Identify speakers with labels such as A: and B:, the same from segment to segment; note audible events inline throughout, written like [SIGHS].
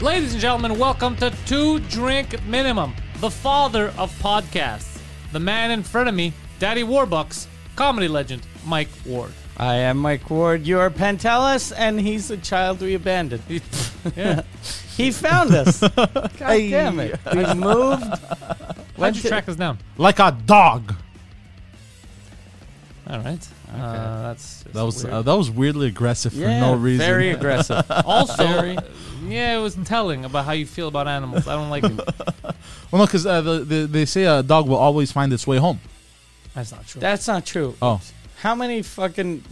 A: Ladies and gentlemen, welcome to Two Drink Minimum, the father of podcasts. The man in front of me, Daddy Warbucks, comedy legend Mike
B: [LAUGHS]
A: Ward.
C: I am Mike Ward. You are Pantelis, and he's a child we abandoned.
A: Yeah.
C: He found us. God damn it. [LAUGHS] We moved.
A: How'd
C: Went
A: you
C: to-
A: track us down?
B: like a dog.
A: All right. Uh, that's
B: That was
A: weird.
B: uh, that was weirdly aggressive
C: Yeah,
B: for no reason.
C: Very aggressive.
A: also,
B: [LAUGHS]
A: yeah, it was telling about how you feel about animals. I don't like it.
B: well, no, because uh, the, the, they say a dog will always find its way home.
A: That's not true.
C: That's not true.
B: Oh,
C: How many fucking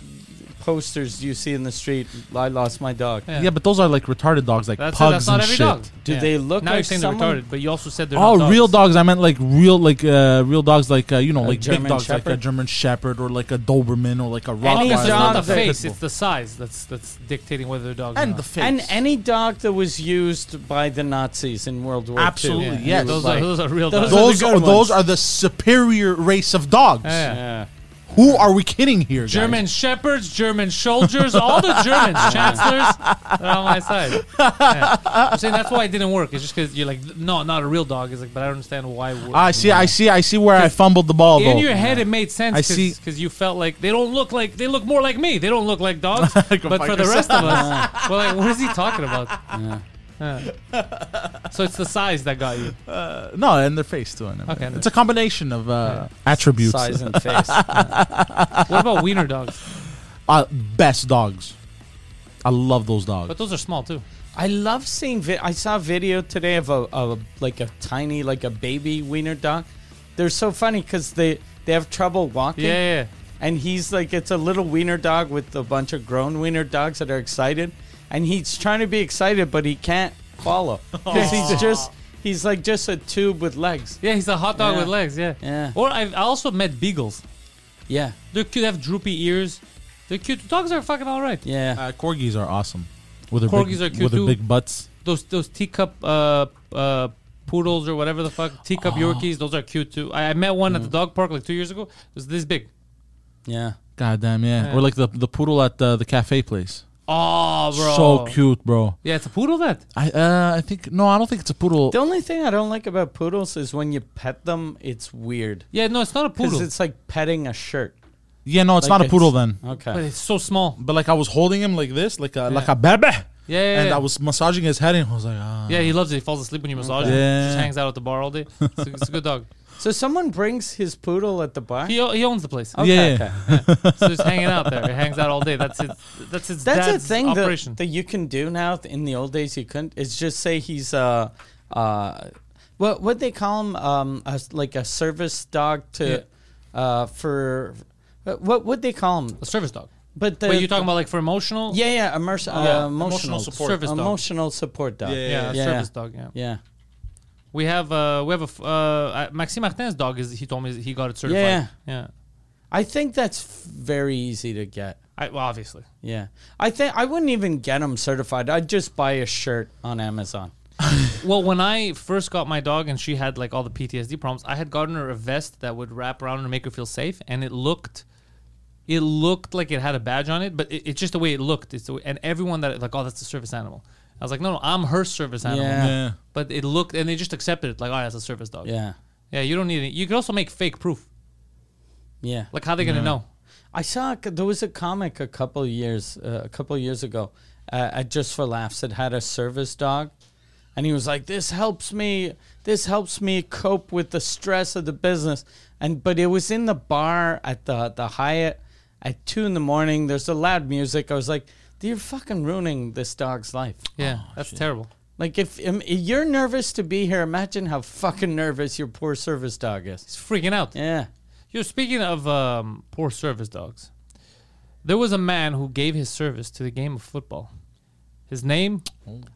C: posters do you see in the street? I lost my dog.
A: Yeah.
B: yeah, but those are like retarded dogs, like
A: that's it.
B: pugs
A: That's not
B: and
A: every
B: shit.
A: dog.
C: Do
A: Yeah.
C: they look
A: now
C: like
A: you're saying
C: someone-
A: they're retarded? But you also said they're
B: Oh,
A: not
B: real
A: dogs.
B: dogs. I meant like real, like uh, real dogs, like uh, you know, like
C: German
B: big dogs, like a
C: Shepherd?
B: German Shepherd or like a Doberman or like a
A: Any
B: Rottweiler.
A: it's not the
C: dogs that-
A: face; it's the size that's that's dictating whether they're dogs. or
B: and
A: not.
B: the face.
C: And any dog that was used by the Nazis in World War
B: Absolutely,
C: II.
B: yes.
A: those,
C: like-
A: are, those are real
C: Those
A: dogs.
B: those
C: the
B: are
C: good ones.
B: those are the superior race of dogs.
A: Yeah.
C: Yeah.
B: Who are we kidding here? guys?
A: German shepherds, German soldiers, all the
B: [LAUGHS]
A: Germans, chancellors, they're on my side. Yeah. I'm saying that's why it didn't work. It's just because you're like, no, not a real dog. It's like, but I don't understand why. It worked.
B: I see. I see. I see where I fumbled the ball.
A: in
B: though.
A: your head, it made sense.
B: I
A: cause,
B: see.
A: 'cause you felt like they don't look like they look more like me. They don't look like
B: [LAUGHS]
A: dogs. but for
B: fuck
A: the rest of
B: [LAUGHS]
A: us, we're like, what is he talking about? Yeah. So it's the size that got you.
B: No, and their face too. And
A: Okay.
B: okay, it's a combination of uh, attributes.
C: Size and face.
A: What about wiener dogs?
B: Uh, best dogs. I love those dogs.
A: But those are small too.
C: I love seeing. Vi- I saw a video today of a, of a like a tiny like a baby wiener dog. They're so funny because they they have trouble walking.
A: Yeah, yeah. yeah.
C: And he's like, it's a little wiener dog with a bunch of grown wiener dogs that are excited, and he's trying to be excited, but he can't follow because he's just he's like just a tube with legs.
A: Yeah, he's a hot dog
C: Yeah.
A: with legs. Yeah.
C: Yeah.
A: Or I've, I also met beagles.
C: Yeah,
A: They're cute. They have droopy ears. They're cute. Dogs are fucking all right.
C: yeah.
B: uh, corgis are awesome. With their
A: Corgis
B: big,
A: are cute
B: with their
A: too.
B: big butts.
A: Those those teacup uh uh poodles or whatever the fuck teacup
C: Oh.
A: Yorkies. Those are cute too. I, I met one
C: Mm.
A: at the dog park like two years ago. It was this big.
C: yeah.
B: God damn yeah. Or like the the poodle at uh, the, the cafe place.
A: Oh, bro.
B: So cute, bro.
A: Yeah, it's a poodle that.
B: I uh, I think no, I don't think it's a poodle.
C: The only thing I don't like about poodles is when you pet them, it's weird
A: Yeah, no, it's not a
C: because
A: poodle.
C: it's like petting a shirt.
B: yeah, no, it's
C: Like
B: not a poodle then.
C: Okay.
A: but it's so small.
B: But like I was holding him like this, like a like a baby.
A: Yeah, yeah,
B: and
A: yeah.
B: I was massaging his head, and I was like, ah.
A: Yeah, he loves it. He falls asleep when you massage him.
B: Yeah.
A: Just hangs out at the bar all day. It's a, it's a good
C: [LAUGHS]
A: dog.
C: So someone brings his poodle at the bar.
A: He, o- he owns the place.
B: yeah. [LAUGHS]
A: So he's hanging out there. He hangs out all day. That's his, that's his
C: That's a
A: dad's
C: thing
A: operation.
C: that, that you can do now. th- In the old days, you couldn't. It's just say he's uh, uh, what what they call him um, a s like a service dog to, uh, for what what would they call him?
A: a service dog.
C: But the,
A: Wait, you're talking about like for emotional?
C: yeah yeah, immerse, uh,
A: Yeah,
C: emotional,
B: emotional support.
A: Service dog.
C: emotional support dog.
B: Yeah,
A: Yeah, a
C: yeah.
A: service dog. Yeah.
C: yeah.
A: We have uh we have a f- uh, uh Maxime Martin's dog is he told me he got it certified.
C: Yeah.
A: Yeah.
C: I think that's f- very easy to get.
A: I, well, obviously.
C: Yeah, I think I wouldn't even get him certified. I'd just buy a shirt on Amazon.
A: Well, when I first got my dog and she had like all the PTSD problems, I had gotten her a vest that would wrap around her and make her feel safe, and it looked, it looked like it had a badge on it, but it, it's just the way it looked. It's the way, and everyone that like, oh, that's a service animal. I was like, no, no, I'm her service animal.
C: Yeah.
B: Yeah.
A: But it looked, and they just accepted it, like, oh, that's a service dog.
C: Yeah,
A: Yeah. You don't need it. You could also make fake proof.
C: yeah.
A: Like, how they gonna know?
C: I saw a c- there was a comic a couple of years uh, a couple of years ago uh, at Just for Laughs that had a service dog, and he was like, "This helps me. This helps me cope with the stress of the business." And but it was in the bar at the the Hyatt at two in the morning. There's a loud music. I was like, You're fucking ruining this dog's life.
A: Yeah,
C: Oh,
A: that's terrible.
C: Like if, um, if you're nervous to be here, imagine how fucking nervous your poor service dog is.
A: It's freaking out.
C: Yeah.
A: Yo, speaking of um, poor service dogs, there was a man who gave his service to the game of football. His name,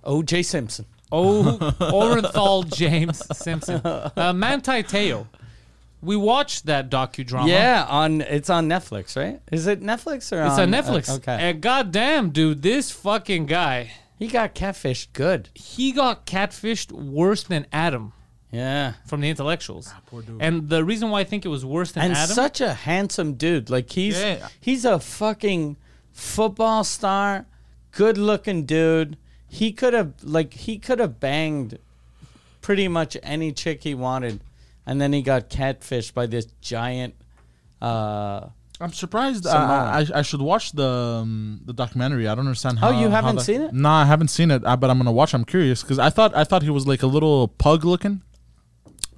C: O.J. Simpson. [LAUGHS]
A: O. Orenthal James Simpson, uh, Manti Teo. We watched that docudrama.
C: Yeah, on it's on Netflix, right? Is it Netflix or
A: it's on
C: on,
A: Netflix.
C: uh, okay.
A: And goddamn, dude, this fucking guy,
C: he got catfished good.
A: he got catfished worse than Adam
C: Yeah.
A: from the intellectuals. poor dude. And the reason why I think it was worse than
C: Ah, and
A: Adam,
C: such a handsome dude. Like he's
B: Yeah.
C: he's a fucking football star, good looking dude. He could have like he could have banged pretty much any chick he wanted, and then he got catfished by this giant. Uh,
B: I'm surprised. I, I I should watch the um, the documentary. I don't understand how.
C: you
B: how
C: haven't
B: that-
C: seen it?
B: No, I haven't Oh, seen it. I, but I'm gonna watch. I'm curious because I thought I thought he was like a little pug looking.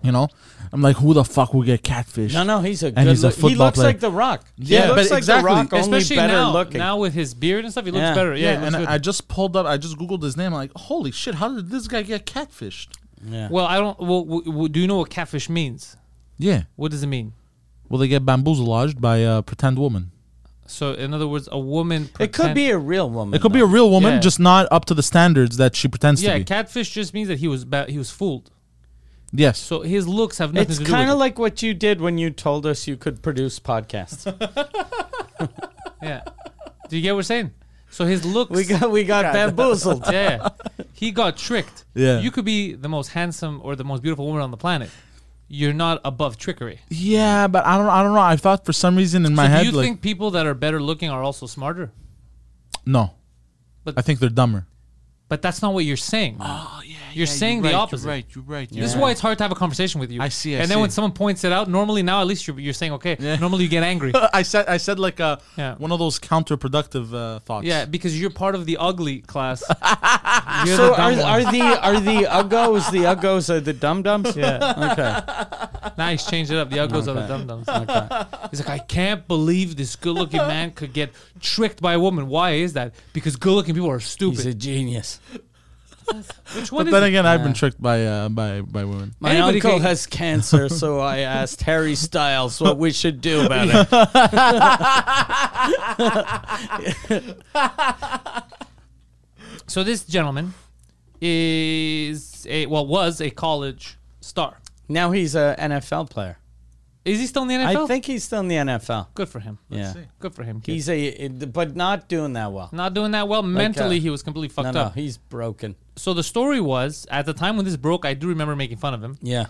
B: You know, I'm like, who the fuck will get catfish?
C: no, no, he's a good.
B: And he's a
C: look- he
B: football
C: looks
B: player.
C: like The Rock.
B: Yeah,
C: he
B: but
C: looks like
B: exactly.
C: The Rock, only
A: especially
C: better
A: now,
C: looking.
A: now with his beard and stuff, he looks
C: Yeah.
A: better. Yeah,
B: Yeah,
A: he looks
B: and
A: good.
B: I just pulled up. I just googled his name. I'm like, holy shit! How did this guy get catfished?
A: Well, I don't. Well, w- w- do you know what catfish means?
B: Yeah.
A: What does it mean?
B: Well, they get bamboozled by a pretend woman.
A: So, in other words, a woman.
C: it could
A: pretend-
C: be a real woman.
B: It could be
C: though.
B: a real woman,
A: Yeah.
B: just not up to the standards that she pretends
A: Yeah,
B: to be.
A: catfish just means that he was ba- he was fooled.
B: yes.
A: So his looks have nothing
C: It's
A: to do with.
C: kind of
A: it.
C: like what you did when you told us you could produce podcasts.
A: Yeah. Do you get what I'm saying? So his looks. [LAUGHS]
C: we got we got bamboozled.
A: yeah. He got tricked.
B: Yeah.
A: You could be the most handsome or the most beautiful woman on the planet. You're not above trickery.
B: yeah, but I don't. I don't know. I thought for some reason in my
A: so
B: head,
A: do you
B: like,
A: think people that are better looking are also smarter?
B: no.
A: But-
B: I think they're dumber.
A: But that's not what you're saying. Oh yeah. You're saying the opposite.
D: You're right. You're right.
A: This is why it's hard to have a conversation with you.
D: I see, I
A: and then when
D: see.
A: someone points it out, normally now at least you're, you're saying okay. Normally you get
C: [LAUGHS]
A: angry.
B: [LAUGHS] I said. I said like uh,
A: Yeah.
B: one of those counterproductive uh, thoughts.
A: yeah, because you're part of the ugly
C: [LAUGHS]
A: class. You're
C: [LAUGHS] So
A: the dumb
C: are,
A: one.
C: are the are the uggos the uggos are the dum dums?
A: Yeah.
C: Okay.
A: now he's changed it up. The uggos are the dum dums. He's like, I can't believe this good looking
C: [LAUGHS]
A: man could get tricked by a woman. Why is that? Because good looking people are
C: He's a
A: stupid.
C: genius.
A: Which
B: But
A: one is
B: then
A: it?
B: again, I've been tricked by uh, by by women.
C: My
A: Anybody
C: uncle
A: can-
C: has cancer, so I asked Harry Styles what we should do about it.
A: So this gentleman is a well was a college star.
C: Now he's a NFL player.
A: Is he still in the NFL?
C: I think he's still in the NFL.
A: good for him.
C: Yeah. see.
A: Good for him. Kid.
C: He's a but not doing that well.
A: not doing that well. Mentally,
C: uh,
A: he was completely
C: No,
A: fucked
C: no,
A: up.
C: he's broken.
A: so the story was at the time when this broke, I do remember making fun of him.
C: Yeah.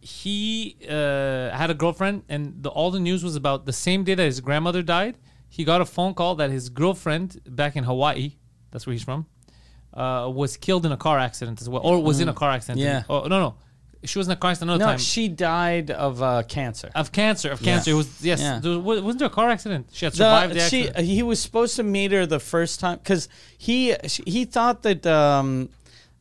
A: He uh, had a girlfriend, and the, all the news was about the same day that his grandmother died. He got a phone call that his girlfriend back in Hawaii, that's where he's from, uh, was killed in a car accident as well, or was in a car accident.
C: Mm, Yeah.
A: Oh no, no, she was in a car accident another
C: No,
A: time.
C: she died of uh, cancer.
A: of cancer, of cancer. It was yes.
C: Yeah.
A: There was, wasn't there a car accident? She had survived the,
C: the, she,
A: accident.
C: he was supposed to meet her the first time because he she- he thought that um,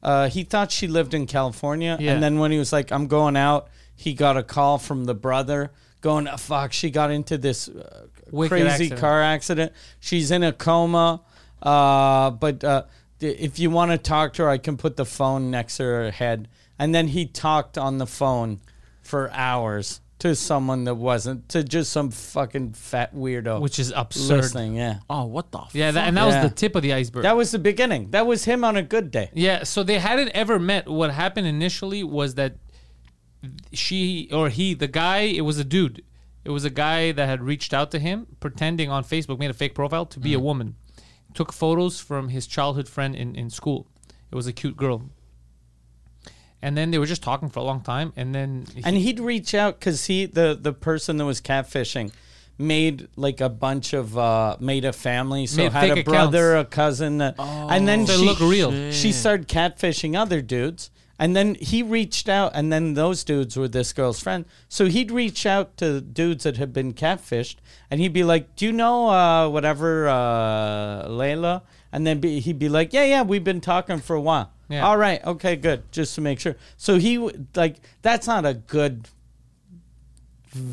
C: uh, he thought she lived in California,
A: Yeah.
C: and then when he was like, "I'm going out," he got a call from the brother going, "Ah, "Fuck, she got into this uh,
A: Wicked
C: crazy
A: accident.
C: car accident. She's in a coma, uh, but." Uh, d- if you want to talk to her, I can put the phone next to her head. And then he talked on the phone for hours to someone that wasn't, to just some fucking fat weirdo
A: Which is absurd.
C: listening, Yeah,
B: Oh, what the?
A: yeah, that, and that
C: uh, Yeah.
A: was the tip of the iceberg.
C: that was the beginning. That was him on a good day.
A: Yeah, so they hadn't ever met. What happened initially was that she or he, the guy, it was a dude. It was a guy that had reached out to him, pretending on Facebook, made a fake profile to be a woman. Took photos from his childhood friend in, in school. It was a cute girl. And then they were just talking for a long time. And then he-
C: And he'd reach out because he the the person that was catfishing made like a bunch of uh made a family so
A: Made
C: had a
A: fake Oh.
C: brother a cousin uh, and then
A: So
C: she
A: they look real.
C: she started catfishing other dudes and then he reached out and then those dudes were this girl's friend so he'd reach out to dudes that had been catfished and he'd be like do you know uh whatever uh layla and then be, he'd be like yeah yeah we've been talking for a while
A: Yeah.
C: all right okay good just to make sure so he w- like that's not a good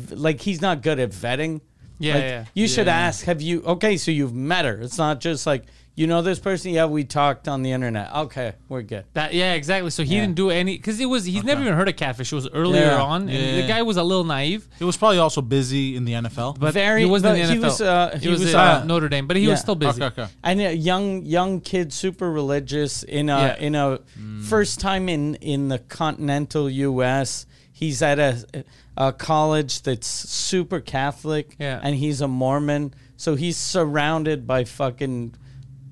C: like he's not good at vetting.
A: Yeah,
C: Like,
A: yeah.
C: You should ask, have you okay, so you've met her. It's not just like You know this person? Yeah, we talked on the internet. Okay, we're good.
A: That yeah, exactly. So he didn't do any because it was he's never even heard of catfish. It was earlier
C: Yeah.
A: on, and
B: Yeah.
A: the guy was a little naive.
B: He was probably also busy in the NFL.
A: But
C: Very-
A: he wasn't in
C: but
A: the
C: he
A: NFL.
C: was, uh,
A: he,
C: he
A: was,
C: was,
A: uh,
C: uh,
A: Notre Dame, but he was
C: yeah.
A: still busy.
B: okay, okay.
C: And a young young kid, super religious in a
A: Yeah.
C: in a
B: Mm.
C: first time in in the continental U.S. He's at a a college that's super Catholic,
A: Yeah.
C: and he's a Mormon, so he's surrounded by fucking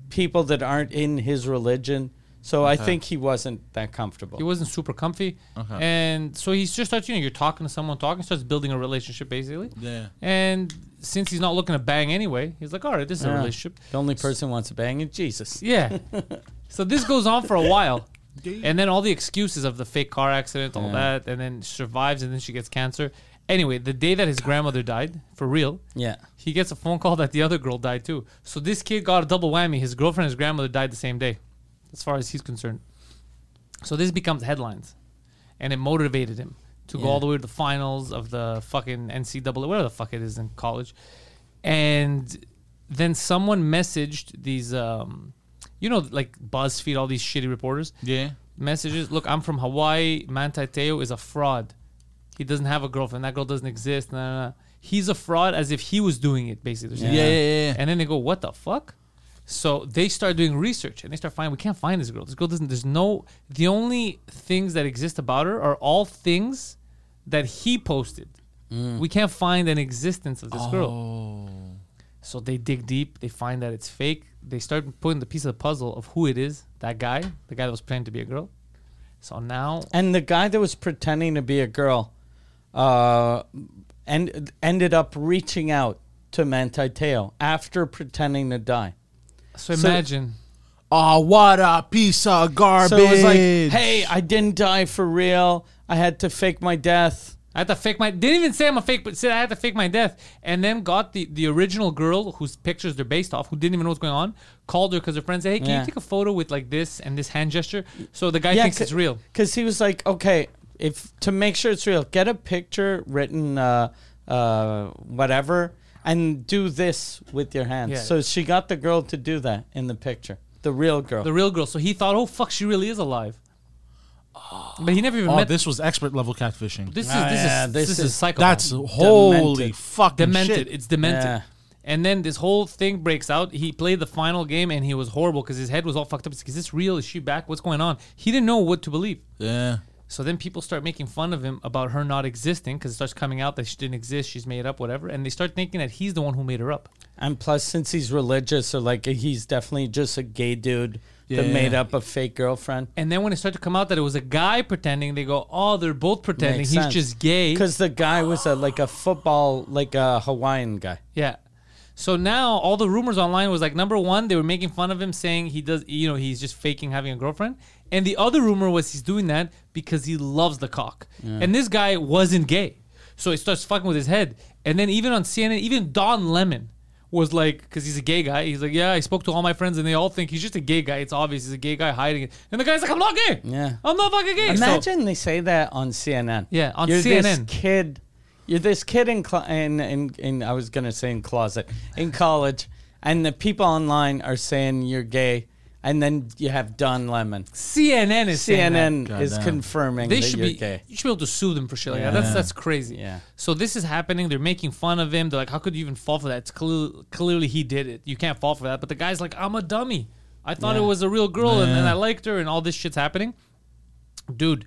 C: people that aren't in his religion. So I think he wasn't that comfortable.
A: He wasn't super comfy, and so he's just starts. You know, you're talking to someone, talking, starts building a relationship basically.
B: Yeah.
A: And since he's not looking to bang anyway, he's like, all right, this is a
C: Yeah.
A: relationship.
C: The only person who wants to bang is Jesus.
A: Yeah. so this goes on for a while. And then all the excuses of the fake car accident, all that, and then survives and then she gets cancer. Anyway, the day that his grandmother died, for real,
C: Yeah.
A: he gets a phone call that the other girl died too. So this kid got a double whammy. His girlfriend and his grandmother died the same day, as far as he's concerned. So this becomes headlines. And it motivated him to go all the way to the finals of the fucking NCAA, whatever the fuck it is in college. And then someone messaged these, um, you know, like BuzzFeed, all these shitty reporters.
B: Yeah.
A: Messages. Look, I'm from Hawaii. Manti Teo is a fraud. He doesn't have a girlfriend. That girl doesn't exist. Nah, nah, nah. He's a fraud as if he was doing it, basically.
B: Yeah, yeah, yeah, yeah.
A: And then they go, what the fuck? So they start doing research and they start finding, we can't find this girl. This girl doesn't, there's no, the only things that exist about her are all things that he posted.
B: Mm.
A: We can't find an existence of this
B: Oh.
A: girl. So they dig deep. They find that it's fake. They start putting the piece of the puzzle of who it is, that guy, the guy that was pretending to be a girl. So now,
C: And the guy that was pretending to be a girl uh, and ended up reaching out to Manti Teo after pretending to die.
A: so imagine. Ah,
B: Oh, what a piece of garbage!
C: So it was like, hey, I didn't die for real. I had to fake my death.
A: I had to fake my. Didn't even say I'm a fake, but said I had to fake my death, and then got the the original girl whose pictures they're based off, who didn't even know what's going on. Called her because her friend said, "Hey, can
C: Yeah.
A: you take a photo with like this and this hand gesture?" So the guy thinks it's real.
C: Because he was like, okay, if to make sure it's real, get a picture written, uh, uh, whatever, and do this with your hands.
A: Yeah.
C: So she got the girl to do that in the picture, the real girl.
A: The real girl. So he thought, "Oh fuck, she really is alive." But he never even
B: oh,
A: met. This,
B: this was expert level catfishing.
A: this is
C: Ah,
A: this
C: yeah,
A: is this,
C: this
A: is,
C: is-
A: psychopath.
B: That's holy
C: Demented.
B: fucking
A: demented.
B: shit.
A: It's demented.
C: Yeah.
A: And then this whole thing breaks out. He played the final game and he was horrible because his head was all fucked up. He's like, Is this real? Is she back? What's going on? He didn't know what to believe.
B: yeah.
A: So then people start making fun of him about her not existing because it starts coming out that she didn't exist, she's made up, whatever. And they start thinking that he's the one who made her up.
C: And plus, since he's religious, so like he's definitely just a gay dude that
B: Yeah.
C: made up a fake girlfriend.
A: And then when it started to come out that it was a guy pretending, they go, oh, they're both pretending. he's just gay.
C: Because the guy was a like a football, like a Hawaiian guy.
A: Yeah. So now all the rumors online was like number one, they were making fun of him saying he does, you know, he's just faking having a girlfriend. And the other rumor was he's doing that because he loves the cock. And this guy wasn't gay. So it starts fucking with his head. And then even on CNN, even Don Lemon was like, because he's a gay guy, he's like, yeah, I spoke to all my friends and they all think he's just a gay guy. It's obvious he's a gay guy hiding it. And the guy's like, I'm not gay.
C: Yeah.
A: I'm not fucking gay. So-
C: Imagine they say that on CNN.
A: Yeah, on
C: you're This
A: CNN.
C: kid, you're this kid in, cl- in, in, in, I was going to say in closet, in college, and the people online are saying you're gay, and then you have Don Lemon.
A: CNN is saying that.
C: CNN is
B: Goddamn.
C: confirming
A: They
C: that
A: should
C: you're
A: be.
C: gay.
A: You should be able to sue them for shit like that. That's that's crazy.
C: Yeah.
A: So this is happening. They're making fun of him. They're like, "How could you even fall for that?" It's clear, clearly he did it. You can't fall for that. But the guy's like, "I'm a dummy. I thought it was a real girl, and then I liked her, and all this shit's happening." Dude,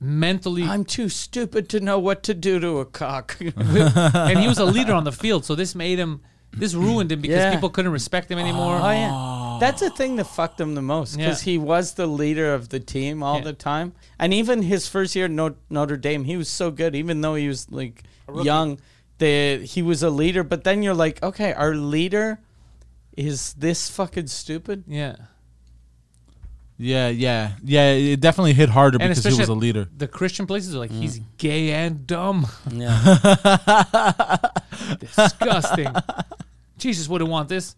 A: mentally,
C: I'm too stupid to know what to do to a cock. [LAUGHS]
A: and he was a leader on the field. So this made him. This ruined him because
C: Yeah.
A: people couldn't respect him anymore.
C: Oh yeah, that's the thing that fucked him the most because
A: Yeah.
C: he was the leader of the team all
A: Yeah.
C: the time, and even his first year at Not- Notre Dame, he was so good. Even though he was like young, the he was a leader. But then you're like, okay, our leader is this fucking stupid.
A: Yeah.
B: Yeah, yeah, yeah. It definitely hit harder
A: And
B: because he
A: especially
B: was a
A: at
B: leader.
A: The Christian places are like he's gay and dumb.
C: Mm. Yeah,
A: [LAUGHS] disgusting. Jesus wouldn't want this.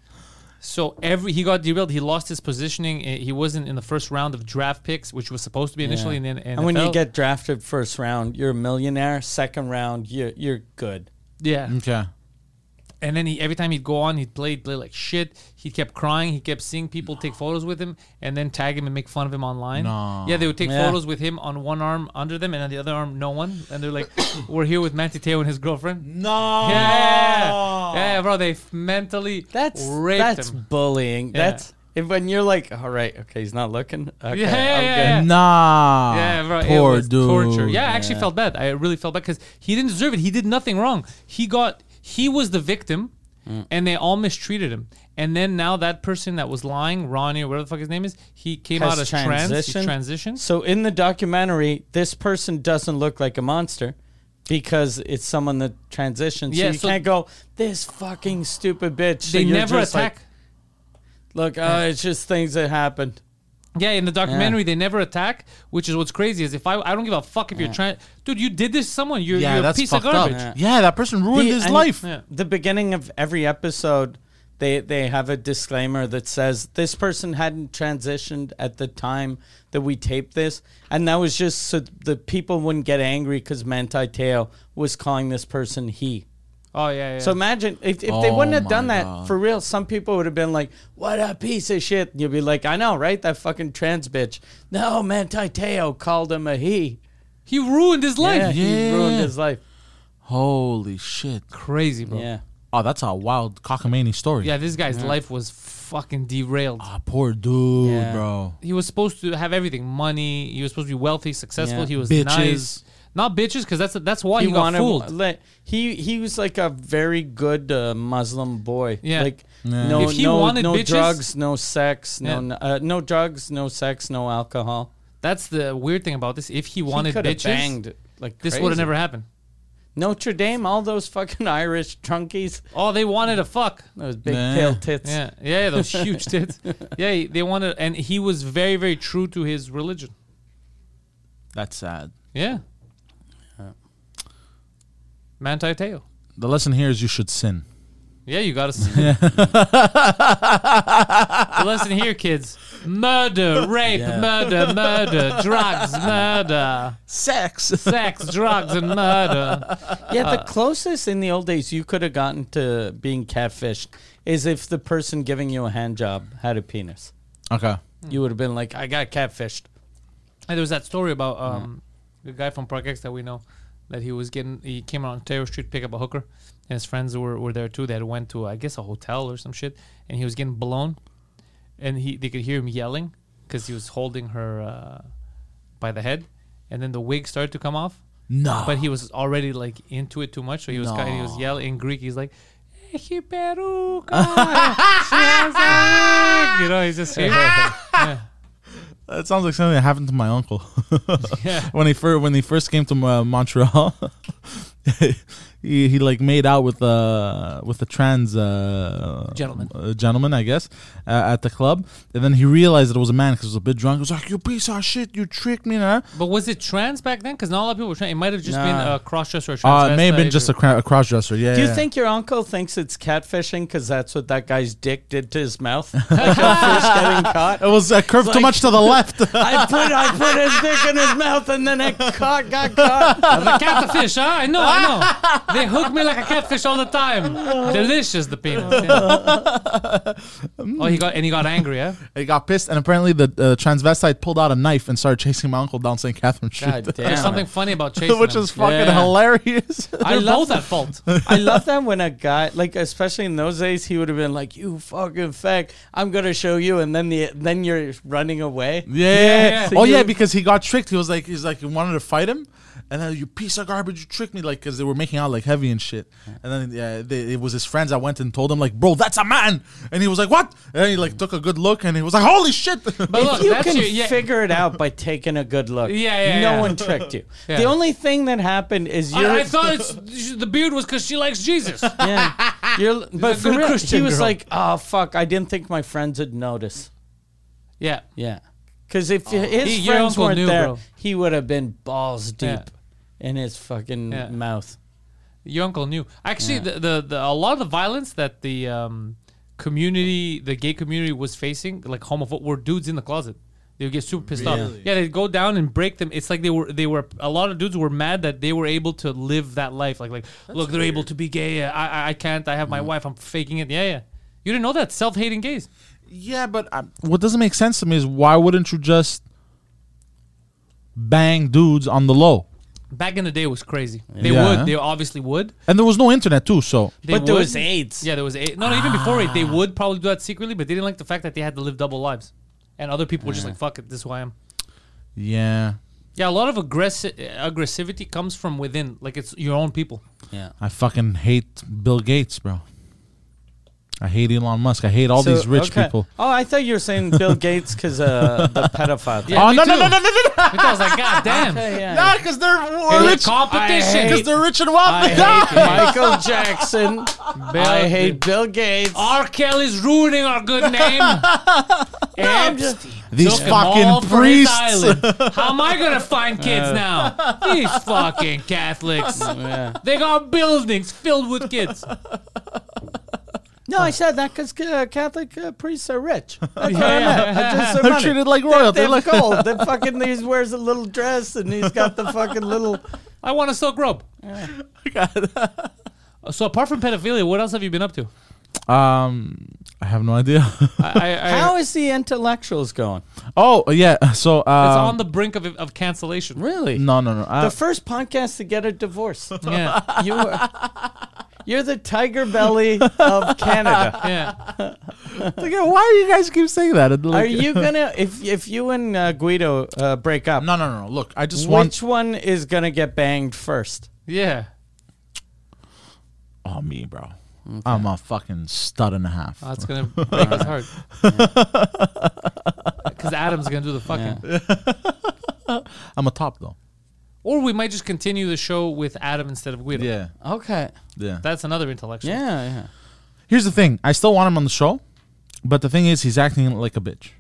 A: So every he got derailed. He lost his positioning. Eh, He wasn't in the first round of draft picks, which was supposed to be initially. And then
C: and when you get drafted
B: Mm.
C: first round, you're a millionaire. Second round, you're you're good.
A: yeah,
B: Okay.
A: And then he, every time he'd go on, he'd play, he'd play like shit. He kept crying. He kept seeing people take photos with him and then tag him and make fun of him online.
B: No.
A: Yeah, they would take
C: Yeah.
A: photos with him on one arm under them and on the other arm, no one. And they're like, [COUGHS] we're here with Manti Teo and his girlfriend.
B: No. Oh.
A: Yeah. Yeah, bro, they f- mentally
C: That's
A: raped
C: that's
A: him.
C: bullying.
A: Yeah.
C: That's if when you're like, all right, okay, he's not looking. Okay,
A: Yeah,
C: I'm
A: yeah, yeah.
C: good."
B: Nah.
A: Yeah, bro,
B: Poor
A: it was
B: dude.
A: torture. Yeah, I actually felt bad. I really felt bad because he didn't deserve it. He did nothing wrong. He got he was the victim, and they all mistreated him. And then now that person that was lying, Ronnie or whatever the fuck his name is, he came out
C: Has
A: as trans. He transitioned.
C: So in the documentary, this person doesn't look like a monster because it's someone that transitions.
A: Yeah,
C: so you
A: so-
C: can't go this fucking stupid bitch. So
A: They
C: you're
A: never
C: just
A: attack.
C: Like, Look, uh, it's just things that happened.
A: yeah, in the documentary they never attack, which is what's crazy. Is if I I don't give a fuck if you're trans, dude. You did this to someone. You're,
B: Yeah,
A: you're a
B: that's
A: piece of
B: fucked
A: garbage.
B: up. Yeah, that person ruined
C: The-
B: his
C: and
B: life.
A: Yeah.
C: The beginning of every episode, they they have a disclaimer that says this person hadn't transitioned at the time that we taped this, and that was just so the people wouldn't get angry because Manti Teo was calling this person he.
A: Oh yeah, yeah.
C: So imagine if, if they
B: Oh
C: wouldn't have
B: my
C: done that
B: God.
C: for real, some people would have been like, "What a piece of shit!" And you'd be like, "I know, right? That fucking trans bitch." No, Manti Teo called him a he.
A: he ruined his life.
C: Yeah, he ruined
B: Yeah.
C: his life.
B: Holy shit.
A: Crazy, bro. Yeah,
C: Yeah.
B: Oh, that's a wild cockamamie story.
A: this guy's life was fucking derailed.
B: Ah, poor dude,
C: Yeah.
B: bro.
A: he was supposed to have everything money he was supposed to be wealthy successful
C: Yeah.
A: he was
B: Bitches.
A: nice not bitches because that's that's why
C: he
A: he, Oh, got
C: wanted
A: fooled
C: le- he he was like a very good uh, Muslim boy.
A: Yeah.
C: like no
A: If he
C: no
A: wanted
C: no
A: bitches-
C: drugs, no sex, no
A: Yeah.
C: uh, no drugs, no sex, no alcohol.
A: that's the weird thing about this if he wanted
C: could have
A: bitches
C: banged like
A: this
C: crazy.
A: would have never happened
C: Notre Dame, all those fucking [LAUGHS] Irish drunkies,
A: oh they wanted a fuck
C: those big
B: Nah.
C: pale tits.
A: yeah yeah those huge tits yeah he- they wanted and he was very very true to his religion
B: That's sad.
A: yeah manti teo
B: The lesson here is you should sin.
A: yeah you gotta see listen here kids murder rape murder murder drugs murder
B: Sex.
A: sex, [LAUGHS] drugs, and murder.
C: Yeah, the closest in the old days you could have gotten to being catfished is if the person giving you a hand job had a penis.
B: [LAUGHS] Okay.
C: You would have been like, I got catfished.
A: And there was that story about um, the guy from Park X that we know that he was getting. He came on Terror Street to pick up a hooker, and his friends were, were there too. They had went to I guess a hotel or some shit, and he was getting blown, and he they could hear him yelling because he was holding her uh, by the head, and then the wig started to come off.
B: No.
A: But he was already like into it too much, so he was kind he was yelling in Greek. He's like, "Έχει περούκα, she has a wig." you know, he's just yeah.
B: That sounds like something that happened to my uncle [LAUGHS]
A: Yeah.
B: when he first when he first came to uh, Montreal. [LAUGHS] he, he like made out with uh with a trans uh,
A: Gentleman.
B: uh, gentleman I guess uh, at the club, and then he realized it was a man because he was a bit drunk. He was like, "You piece of shit! You tricked me!" Nah.
A: But was it trans back then? Because not a lot of people were trans. It might have just been
C: Nah.
A: a cross dresser or
B: Uh,
A: trans.
B: it may have been just a, cra- a cross dresser. Yeah.
C: Do you
B: yeah.
C: think your uncle thinks it's catfishing because that's what that guy's dick did to his mouth? Like, at first getting
B: it
C: caught.
B: was uh, curved too
C: like-
B: much
C: [LAUGHS]
B: to the left? [LAUGHS]
C: I put I put his dick in his mouth and then it caught got caught.
A: I'm a catfish, huh? I know, I
B: [LAUGHS]
A: know. They hook me like a catfish all the time. Delicious, the penis.
B: [LAUGHS]
A: yeah. oh, he got and he got angry, huh?
B: he got pissed, and apparently the uh, transvestite pulled out a knife and started chasing my uncle down St. Catherine Street,
C: God damn.
A: There's
C: it.
A: something funny
B: [LAUGHS]
A: about chasing.
B: which
A: him.
B: was fucking
C: Yeah. [LAUGHS]
B: hilarious.
A: I
C: love
A: love
C: that.
A: that fault.
C: I love that when a guy like especially in those days he would have been like, You fucking fag, I'm gonna show you and then the then you're running away.
B: [LAUGHS] Yeah.
A: yeah.
C: So
B: oh yeah,
C: you-
B: because he got tricked. He was like, he's like, he wanted to fight him, and then you piece of garbage, you tricked me, like, because they were making out like heavy and shit. And then yeah, they, it was his friends that went and told him like, bro, that's a man, and he was like, what? And he like took a good look, and he was like, holy shit. [LAUGHS]
A: But look,
C: you
A: that's
C: can
A: your, yeah,
C: figure it out by taking a good look.
A: Yeah, yeah,
C: No
A: yeah.
C: one tricked you.
A: [LAUGHS] Yeah.
C: The only thing that happened is you.
A: I, I thought it's the beard was because she likes
B: [LAUGHS]
A: Jesus.
C: [LAUGHS] Yeah.
A: [LAUGHS]
C: You're, but for
A: good
C: real, he
A: Christian
C: was
A: girl.
C: like, oh, fuck, I didn't think my friends would notice.
A: Yeah.
C: Yeah. Because if his
A: Oh, He- your
C: friends
A: uncle
C: weren't
A: knew,
C: there,
A: bro.
C: he would have been balls deep
A: Yeah.
C: in his fucking
A: Yeah.
C: mouth.
A: Your uncle knew. Actually, the, the, the a lot of the violence that the um, community, the gay community, was facing, like homophobe, were dudes in the closet. They would get super pissed off. Yeah, they'd go down and break them. It's like they were they were a lot of dudes were mad that they were able to live that life. Like like look, they're able to be gay. I I, I can't. I have my wife. I'm faking it. Yeah, yeah. You didn't know that self hating gays.
B: Yeah, but uh, what doesn't make sense to me is why wouldn't you just bang dudes on the low?
A: Back in the day, it was crazy. They
B: Yeah.
A: would. They obviously would.
B: And there was no internet too, so
A: They
C: But there
A: would.
C: was AIDS.
A: Yeah, there was AIDS. No, no, even before AIDS, they
B: Ah.
A: would probably do that secretly, but they didn't like the fact that they had to live double lives, and other people were just like, "Fuck it, this is who I am."
B: yeah,
A: Yeah, a lot of aggressi- aggressivity comes from within. Like it's your own people.
C: Yeah.
B: I fucking hate Bill Gates, bro. I hate Elon Musk. I hate all
C: So,
B: these rich
C: okay.
B: people.
C: Oh, I thought you were saying
B: [LAUGHS]
C: Bill Gates because uh, the
A: [LAUGHS]
C: pedophile. thing.
A: Yeah,
B: oh
A: me
B: no, no
A: too.
B: no no no no no!
A: Because I was like, God
B: [LAUGHS]
A: damn.
C: Yeah, yeah.
B: Nah, because they're w-
A: Hey, look,
B: rich.
A: competition.
B: Because they're rich and wealthy.
C: I hate
B: [LAUGHS]
C: Michael Jackson. I hate Bill Gates.
A: R. Kelly's ruining our good
B: [LAUGHS]
A: name. Epstein.
B: These
A: Took 'em all
B: fucking
A: for his
B: priests.
A: island.
B: [LAUGHS]
A: How am I gonna find kids now? These fucking
B: [LAUGHS]
A: Catholics.
C: Yeah.
A: They got buildings filled with kids.
C: No, I said that because uh, Catholic uh, priests are rich. That's what I
A: Yeah.
C: meant. I just said
B: They're
C: money.
B: treated like
C: They-
B: royalty.
C: They
B: Look.
C: look old. They fucking. He wears a little dress and he's got the fucking little.
A: I want a silk robe. [LAUGHS] so apart from pedophilia, what else have you been up to?
B: Um, I have no idea.
A: [LAUGHS]
B: [LAUGHS]
A: I, I, I,
C: How is the intellectuals going?
B: oh yeah, so uh,
A: it's on the brink of, of cancellation.
C: Really?
B: no no Uh, no. I,
C: The first podcast to get a divorce.
A: Yeah,
C: [LAUGHS] you are, you're the tiger belly of
A: [LAUGHS]
C: Canada.
A: yeah.
B: Like, why do you guys keep saying that? And,
C: Are
B: like-
C: you gonna if if you and uh, Guido uh, break up?
B: No, no, no, no. Look, I just
C: Which one
B: want.
C: is gonna get banged first?
A: Yeah.
B: Oh, me, bro. I'm a fucking stud and a half.
A: That's Ah, gonna make us hard. Because Adam's gonna do the fucking.
B: I'm a top though.
A: Or we might just continue the show with Adam instead of Guido.
B: Yeah,
C: Okay.
B: yeah.
A: That's another intellectual.
C: Yeah, yeah.
B: Here's the thing. I still want him on the show, but the thing is, he's acting like a bitch.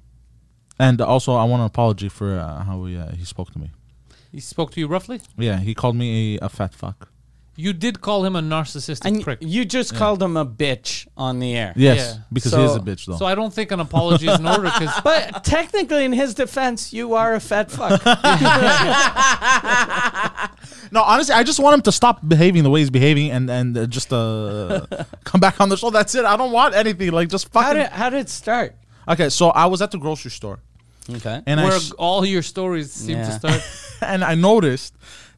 B: And also, I want an apology for uh, how he, uh, he spoke to me.
A: He spoke to you roughly.
B: Yeah, he called me a, a fat fuck.
A: You did call him a narcissistic
C: And
A: prick.
C: you just called him a bitch on the air.
B: Yes,
A: Yeah.
B: because he is a
C: So-
B: bitch though.
A: so I don't think an apology is in order. Because
C: [LAUGHS] But technically, in his defense, you are a
A: [LAUGHS]
C: fat fuck.
B: no, honestly, I just want him to stop behaving the way he's behaving and and uh, just
A: [LAUGHS]
B: uh, come back on the show. That's it. I don't want anything. Like just
C: how
B: fucking.
C: did how did it start?
B: okay, so I was at the grocery store
C: Okay.
B: and I
A: where
B: s-
A: all your stories seem to
C: Yeah.
A: start.
B: and I noticed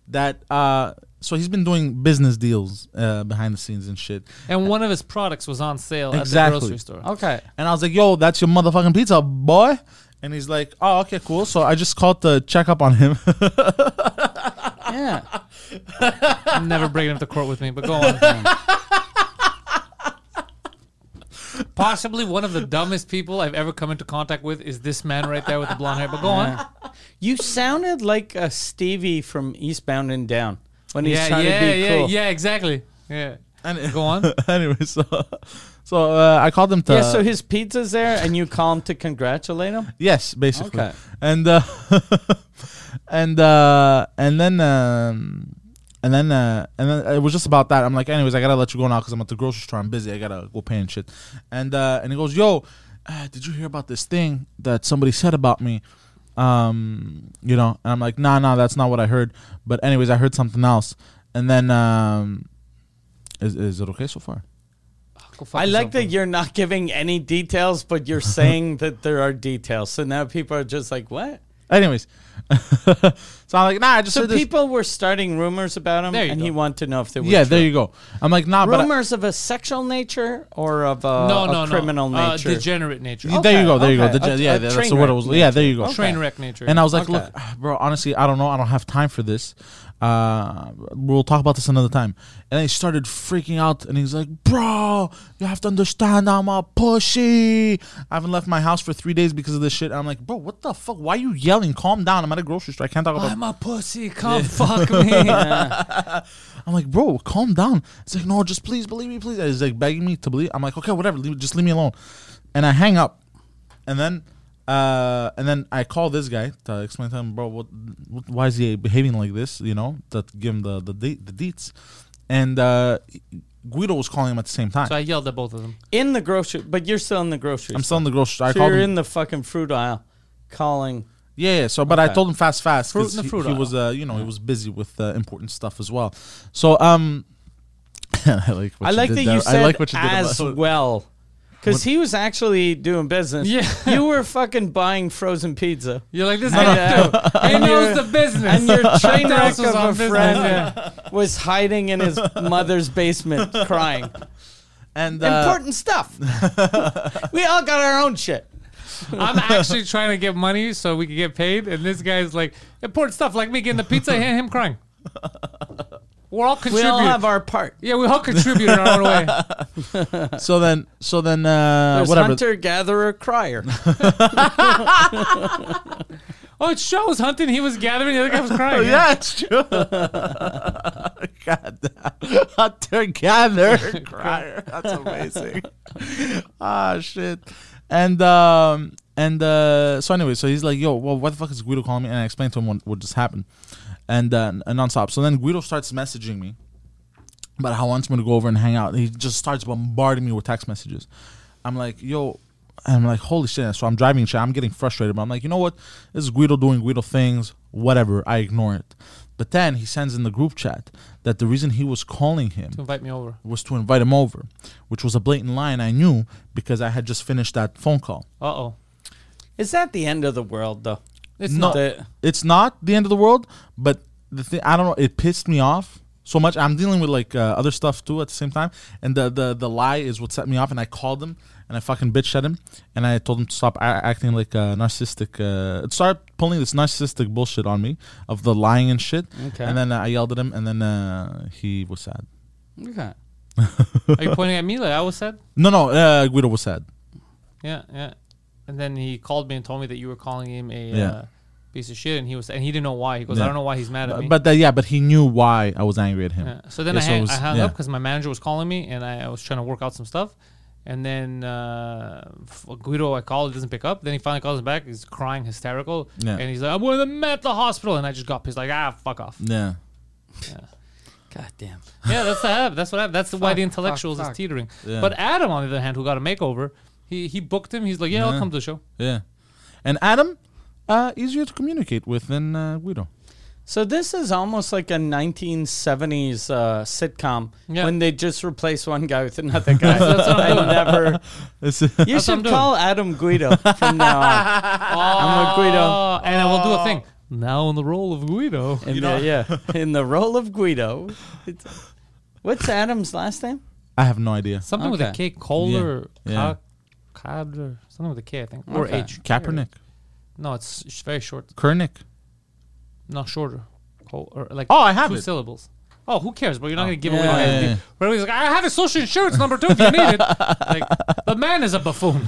B: that. Uh, so he's been doing business deals uh, behind the scenes and shit.
A: And one of his products was on sale
B: Exactly.
A: at the grocery store.
C: Okay.
B: And I was like, "Yo, that's your motherfucking pizza, boy." And he's like, "Oh, okay, cool." So I just called to check up on him.
C: Yeah.
A: I'm never bringing him to court with me, but go on. Possibly one of the dumbest people I've ever come into contact with is this man right there with the blonde hair. But go on.
C: You sounded like a Stevie from Eastbound and Down when he's
A: Yeah,
C: trying
A: yeah,
C: to be
A: yeah,
C: cool.
A: yeah, exactly. Yeah.
B: And- uh,
A: Go
B: [LAUGHS]
A: on.
B: anyway, so so uh, I called him to
C: Yeah, so his pizza's there, and you call him to congratulate him.
B: yes, basically.
C: Okay.
B: And uh, [LAUGHS] and uh, and then um, and then uh, and then it was just about that. I'm like, anyways, I gotta let you go now because I'm at the grocery store. I'm busy. I gotta go pay and shit. And uh, and he goes, "Yo, uh, did you hear about this thing that somebody said about me?" um, you know, and I'm like, nah, nah, that's not what I heard. But anyways, I heard something else. And then, um, is, is it okay so far?
A: Go fuck
C: I like
A: yourself,
C: that you're not giving any details,
A: [LAUGHS]
C: but you're saying that there are details. So now people are just like, what?
B: Anyways, [LAUGHS] so I'm like, nah, I just
C: So
B: heard this-
C: people were starting rumors about him,
A: There you
C: and
A: go.
C: he wanted to know if they were
B: Yeah,
C: true.
B: there you go. I'm like, nah, but I-
C: rumors of a sexual nature or of a,
A: bro. No,
C: a
A: no, no.
C: criminal
A: Uh,
C: nature.
A: degenerate nature.
B: Y- there you go, there you
C: okay.
B: go. The,
C: A-
B: ge- yeah,
C: a
B: that's
C: train
B: what it
C: wreck
B: was. Yeah, there you go.
A: Train wreck nature.
B: And I was like,
C: Okay.
B: look, bro, honestly, I don't know. I don't have time for this. Uh, we'll talk about this another time. And then he started freaking out and he's like, bro, you have to understand I'm a pushy. I haven't left my house for three days because of this shit. And I'm like, bro, what the fuck? Why are you yelling? Calm down. I'm at a grocery store. I can't talk about
A: I'm a pussy. Come fuck
C: [LAUGHS]
A: me.
B: I'm like, bro, calm down. It's like, no, just please believe me, please. He's like begging me to believe. I'm like, okay, whatever, leave, just leave me alone. And I hang up, and then, uh, and then I call this guy to explain to him, bro, what, what why is he behaving like this? You know, that give him the the de- the deets, and uh, Guido was calling him at the same time.
A: so I yelled at both of them.
C: in the grocery, but you're still in the grocery.
B: I'm
C: store.
B: still in the grocery. store. I
C: So
B: called
C: you're
B: him.
C: in the fucking fruit aisle, calling
B: Yeah, yeah. So, but I told him fast, fast
A: Fruit
B: because
A: and the
B: he,
A: fruit
B: he
A: aisle.
B: was, uh, you know, he was busy with uh, important stuff as well. So, um, [LAUGHS] I like. What
C: I
B: you
C: like
B: did
C: that
B: there.
C: you said
B: I like what you did
C: as
B: about-
C: well. Because he was actually doing business.
A: Yeah.
C: You were fucking buying frozen
B: [LAUGHS]
C: pizza.
A: You're like this
C: And,
A: guy. too.
C: uh,
A: He
C: and
A: knows
C: your-
A: the business.
C: And your train
A: What
C: wreck
A: else
C: of
A: was on
C: a
A: business?
C: friend
A: Yeah.
C: was hiding in his mother's basement
B: [LAUGHS]
C: crying.
B: [LAUGHS] And uh,
C: Important
B: [LAUGHS]
C: stuff. we all got our own shit.
B: [LAUGHS]
A: I'm actually trying to get money so we can get paid, and this guy's like important stuff, like me getting the pizza and him crying. We're all
C: We
A: contributing.
C: all have our part.
B: Uh,
A: yeah, we all contribute in our own way.
B: so then, so then, uh,
C: There's
B: whatever. [LAUGHS]
C: hunter, gatherer, crier.
A: Oh, it's Shaw was hunting, he was gathering, the other guy
B: [LAUGHS]
A: was crying.
B: Oh, Yeah, it's
C: [LAUGHS]
B: true. [LAUGHS] God, hunter gatherer crier. That's amazing. [LAUGHS] ah, shit. And um, and uh, so anyway, so he's like, "Yo, well, what the fuck is Guido calling me?" And I explained to him what, what just happened, and uh, and nonstop. So then Guido starts messaging me about how he wants me to go over and hang out. He just starts bombarding me with text messages. I'm like, yo, and I'm like, holy shit. So I'm driving, shit. I'm getting frustrated, but I'm like, you know what? This is Guido doing Guido things, whatever. I ignore it. But then he sends in the group chat that the reason he was calling him
A: Invite me over.
B: was to invite him over, which was a blatant lie, and I knew because I had just finished that phone call.
A: Uh oh.
C: Is that the end of the world, though?
A: It's
B: No, [LAUGHS]
A: not.
C: The-
B: it's not the end of the world, but the thing I don't know. It pissed me off so much. I'm dealing with like uh, other stuff too at the same time, and the the the lie is what set me off. And I called him and I fucking bitch at him, and I told him to stop a- acting like a narcissistic. Uh, start pulling this narcissistic bullshit on me of the lying and shit.
C: Okay.
B: And then I yelled at him, and then uh, he was sad.
C: Okay.
A: Are you pointing at me like I was said?
B: No, no, uh, Guido was sad.
A: Yeah, yeah. And then he called me and told me that you were calling him a
B: Yeah.
A: uh, piece of shit, and he was, and he didn't know why. He goes,
B: Yeah.
A: I don't know why he's mad at me.
B: But, but uh, yeah, but he knew why I was angry at him.
A: Yeah. So then
B: Yeah,
A: I,
B: it
A: hang,
B: was-
A: I hung
B: yeah.
A: up because my manager was calling me and I, I was trying to work out some stuff. And then uh, f- Guido, I call, he doesn't pick up. Then he finally calls back. He's crying, hysterical,
B: Yeah.
A: and he's like, "I'm with a man at the hospital." And I just got pissed, like, "Ah, fuck
B: [LAUGHS]
A: off."
B: Yeah.
C: God damn.
A: yeah, that's the hab. That's what happened. That's why the intellectuals
C: fuck,
A: is teetering.
B: Yeah.
A: But Adam, on the other hand, who got a makeover, he he booked him. He's like, "Yeah, I'll come to the show."
B: Yeah. And Adam, uh, easier to communicate with than uh, Guido.
C: So this is almost like a 1970s uh, sitcom
A: Yeah.
C: when they just replace one guy with
A: [LAUGHS]
C: another guy.
A: That's what I'm
C: I
A: [LAUGHS]
C: never.
B: [LAUGHS]
C: You
A: That's what I'm
C: should
A: doing.
C: call Adam Guido from now on.
A: [LAUGHS]
C: I'm a Guido.
A: Uh,
C: Oh.
A: and I will do a thing now in the role of Guido.
C: In the, yeah, in the role of Guido. It's, what's Adam's last name?
B: I have no idea.
A: Something with a
C: Okay.
A: K, Kohler,
B: Yeah.
A: Ka- Kadler, something with a K, I think, or
C: Okay.
A: H.
B: Kaepernick,
A: No, it's sh- very short.
B: Kernick.
A: Not shorter. Co- or like
B: Oh, I have
A: two
B: it.
A: syllables. Oh, who cares? But you're not gonna give away.
C: Yeah,
A: my
C: yeah,
A: idea.
B: yeah.
A: Where he's like, I have a social insurance number too if you need it. Like the man is a buffoon.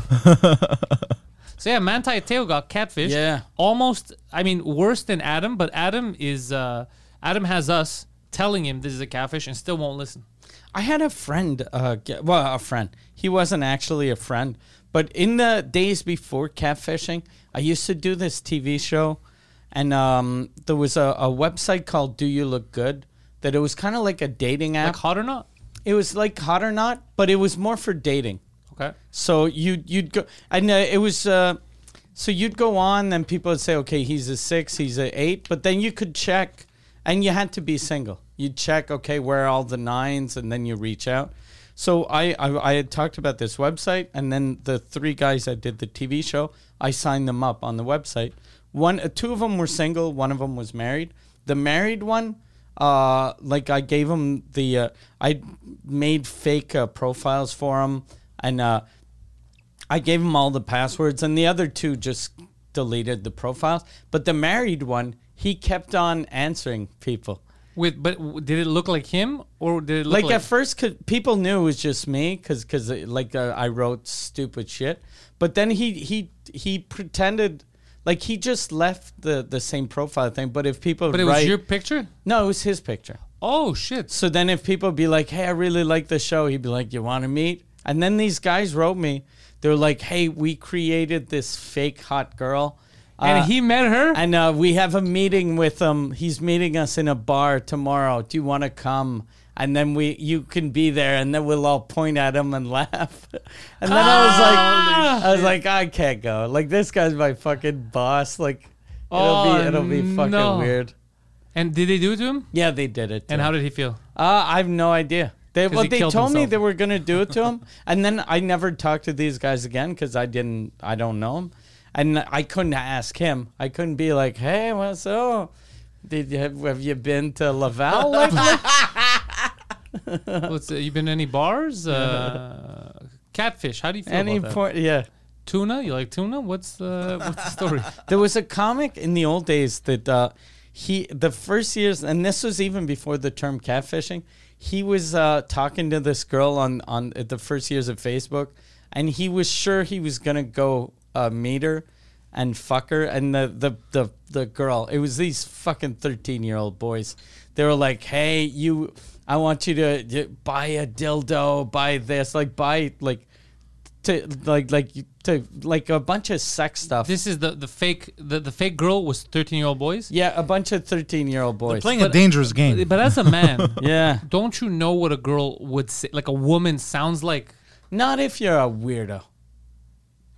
A: so yeah, Manti Teo got catfish.
C: Yeah.
A: almost. I mean, worse than Adam. But Adam is. uh Adam has us telling him this is a catfish and still won't listen.
C: I had a friend, uh, ge- well, a friend. He wasn't actually a friend, but in the days before catfishing, I used to do this TV show, and um, there was a, a website called Do You Look Good that it was kind of like a dating app.
A: Like hot or not?
C: it was like Hot or Not, but it was more for dating.
A: Okay.
C: So you you'd go and uh, it was uh, so you'd go on, then people would say, okay, he's a six, he's a eight, but then you could check, and you had to be single. You'd check, okay, where are all the nines, and then you reach out. So I, I I had talked about this website, and then the three guys that did the TV show, I signed them up on the website. One, uh, two of them were single, one of them was married. The married one, uh, like I gave him the, uh, I made fake uh, profiles for him, and uh, I gave him all the passwords, and the other two just deleted the profiles. But the married one, he kept on answering people.
A: With but w- did it look like him or did it look
C: Like
A: like,
C: at first, 'cause people knew it was just me because like uh, I wrote stupid shit. But then he he he pretended like he just left the the same profile thing. But if people
A: But it was
C: write-
A: your picture.
C: no, it was his picture.
A: Oh shit!
C: So then if people be like, "Hey, I really like the show," he'd be like, "You want to meet?" And then these guys wrote me. They're like, "Hey, we created this fake hot girl."
A: and
C: uh,
A: he met her.
C: and uh, we have a meeting with him. He's meeting us in a bar tomorrow. Do you want to come? And then we, you can be there, and then we'll all point at him and [LAUGHS] laugh. And "Ah." then I was like, I was like, I can't go. Like this guy's my fucking boss. Like
A: Oh,
C: it'll be it'll be fucking
A: no.
C: weird.
A: And did they do it to him?
C: Yeah, they did it.
A: And
C: to
A: how did he feel?
C: Uh, I have no idea. They,
A: 'Cause
C: well,
A: he
C: they told
A: killed
C: me
A: himself.
C: they were gonna do it to him, [LAUGHS] and then I never talked to these guys again because I didn't, I don't know him, and I couldn't ask him. I couldn't be like, "Hey, what's up? Did you have, have you been to
A: [LAUGHS]
C: Laval lately?"
A: What's uh, you been to any
C: [LAUGHS]
A: bars? Uh, catfish. How do you feel
C: Any
A: about that?
C: point? Yeah.
A: Tuna. You like tuna? What's the what's the
C: [LAUGHS]
A: story?
C: There was a comic in the old days that uh, he the first years, and this was even before the term catfishing. He was uh, talking to this girl on on at the first years of Facebook, and he was sure he was gonna go uh, meet her and fuck her. And the the the the girl, it was these fucking thirteen year old boys. They were like, "Hey, you, I want you to to buy a dildo, buy this, like buy like." To like, like, to like a bunch of sex stuff.
A: this is the the fake the, the fake girl was thirteen year old boys.
C: Yeah, a bunch of 13 year old boys.
B: Playing a dangerous game.
A: But as a [LAUGHS] man,
C: yeah.
A: don't you know what a girl would say? Like a woman sounds like
C: Not if you're a weirdo.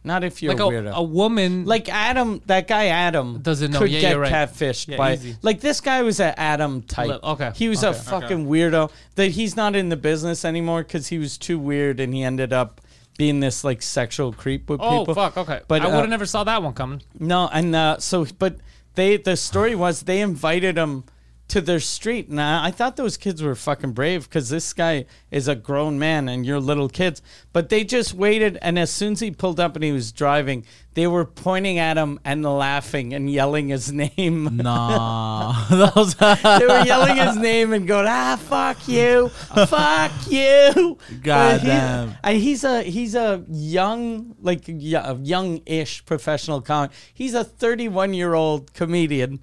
C: Not if you're
A: like
C: a
A: a,
C: weirdo.
A: a woman.
C: like Adam, that guy Adam
A: Doesn't know.
C: could
A: Yeah,
C: get
A: you're right.
C: catfished
A: Yeah,
C: by.
A: easy.
C: Like this guy was an Adam type.
A: Le- okay,
C: he was a
A: okay,
C: fucking weirdo. That he's not in the business anymore because he was too weird and he ended up being this like sexual creep with
A: oh
C: people.
A: fuck, okay. But
C: But
A: I would
C: uh,
A: have never saw that one coming.
C: No, and uh, so but they the story was they invited him to their street, and I, I thought those kids were fucking brave because this guy is a grown man and you're little kids. But they just waited, and as soon as he pulled up and he was driving, they were pointing at him and laughing and yelling his [LAUGHS] name.
A: [LAUGHS]
B: Nah, that was God.
C: [LAUGHS] they were yelling his name and going, "Ah, fuck you, fuck you." But he-
B: damn.
C: and he's a he's a young like young ish professional comic. He's a 31 year old comedian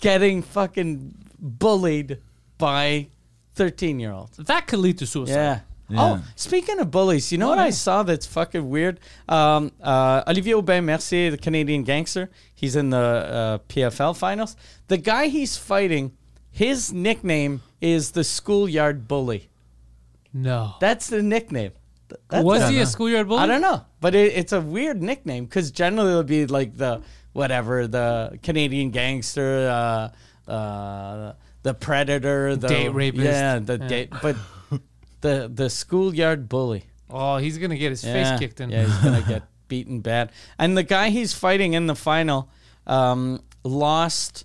C: getting fucking bullied by 13 year olds.
A: That could lead to suicide.
C: Yeah.
B: Yeah.
C: Oh, speaking of bullies, you know what I saw that's fucking weird? Um, uh, Olivier Aubin Mercier, the Canadian gangster, he's in the uh, PFL finals. The guy he's fighting, his nickname is the schoolyard bully.
A: No.
C: That's the nickname. Th- that's
A: was
C: a-
A: he a schoolyard bully?
C: I don't know, but it, it's a weird nickname because generally it'll be like the whatever the Canadian gangster, uh, uh, the predator, the
A: Date rapist.
C: Yeah, the date,
A: [LAUGHS]
C: but the the schoolyard bully.
A: Oh, he's gonna get his
C: Yeah.
A: face kicked in.
C: Yeah, he's
A: [LAUGHS]
C: gonna get beaten bad. And the guy he's fighting in the final um, lost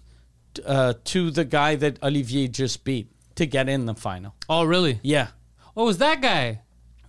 C: uh, to the guy that Olivier just beat to get in the final.
A: Oh, really?
C: Yeah.
A: Oh, it was that guy?